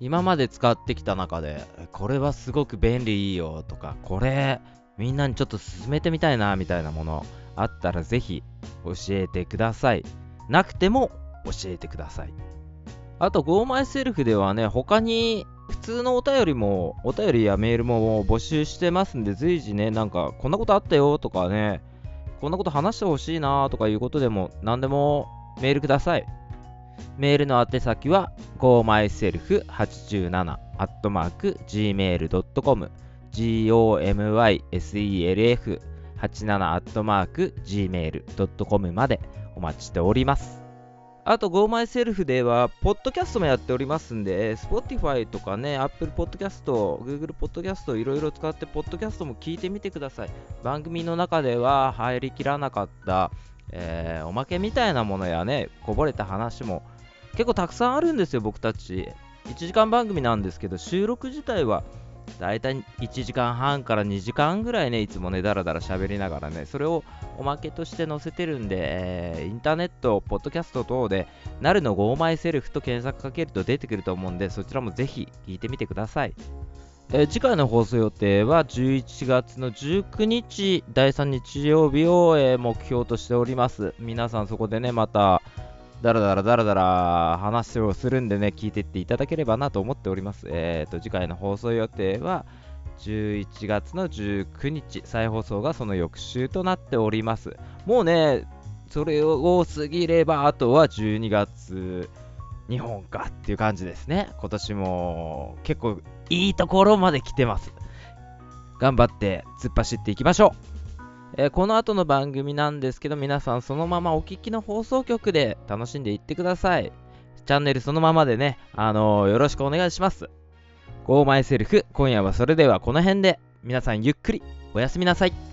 S3: 今まで使ってきた中でこれはすごく便利いいよとかこれみんなにちょっと勧めてみたいなみたいなものあったらぜひ教えてくださいなくても教えてくださいあと、Go My Self ではね、他に普通のお便りも、お便りやメールも募集してますんで、随時ね、なんか、こんなことあったよとかね、こんなこと話してほしいなとかいうことでも、何でもメールください。メールの宛先は、gomyself87-gmail.com、gomyself87-gmail.com までお待ちしております。あと、GoMySelf では、ポッドキャストもやっておりますんで、えー Spotify とかね、Apple Podcast、Google Podcast いろいろ使って、ポッドキャストも聞いてみてください。番組の中では入りきらなかった、えーおまけみたいなものやね、こぼれた話も結構たくさんあるんですよ、僕たち。1時間番組なんですけど、収録自体は、だいたい1時間半から2時間ぐらいね、いつもね、だらだら喋りながらね、それをおまけとして載せてるんで、えーインターネット、ポッドキャスト等で、なるのゴーマイセルフと検索かけると出てくると思うんで、そちらもぜひ聞いてみてください。えー次回の放送予定は11月の19日、第3日曜日を、えー目標としております。皆さんそこでね、また、だらだらだらだら話をするんでね、聞いてっていただければなと思っております。えー、と、次回の放送予定は、11月の19日、再放送がその翌週となっております。もうね、それを過ぎれば、あとは12月、日本かっていう感じですね。今年も結構いいところまで来てます。頑張って突っ走っていきましょう。えーこの後の番組なんですけど、皆さんそのままお聞きの放送局で楽しんでいってください。チャンネルそのままでね、あのーよろしくお願いします。Go Myself、今夜はそれではこの辺で、皆さんゆっくりおやすみなさい。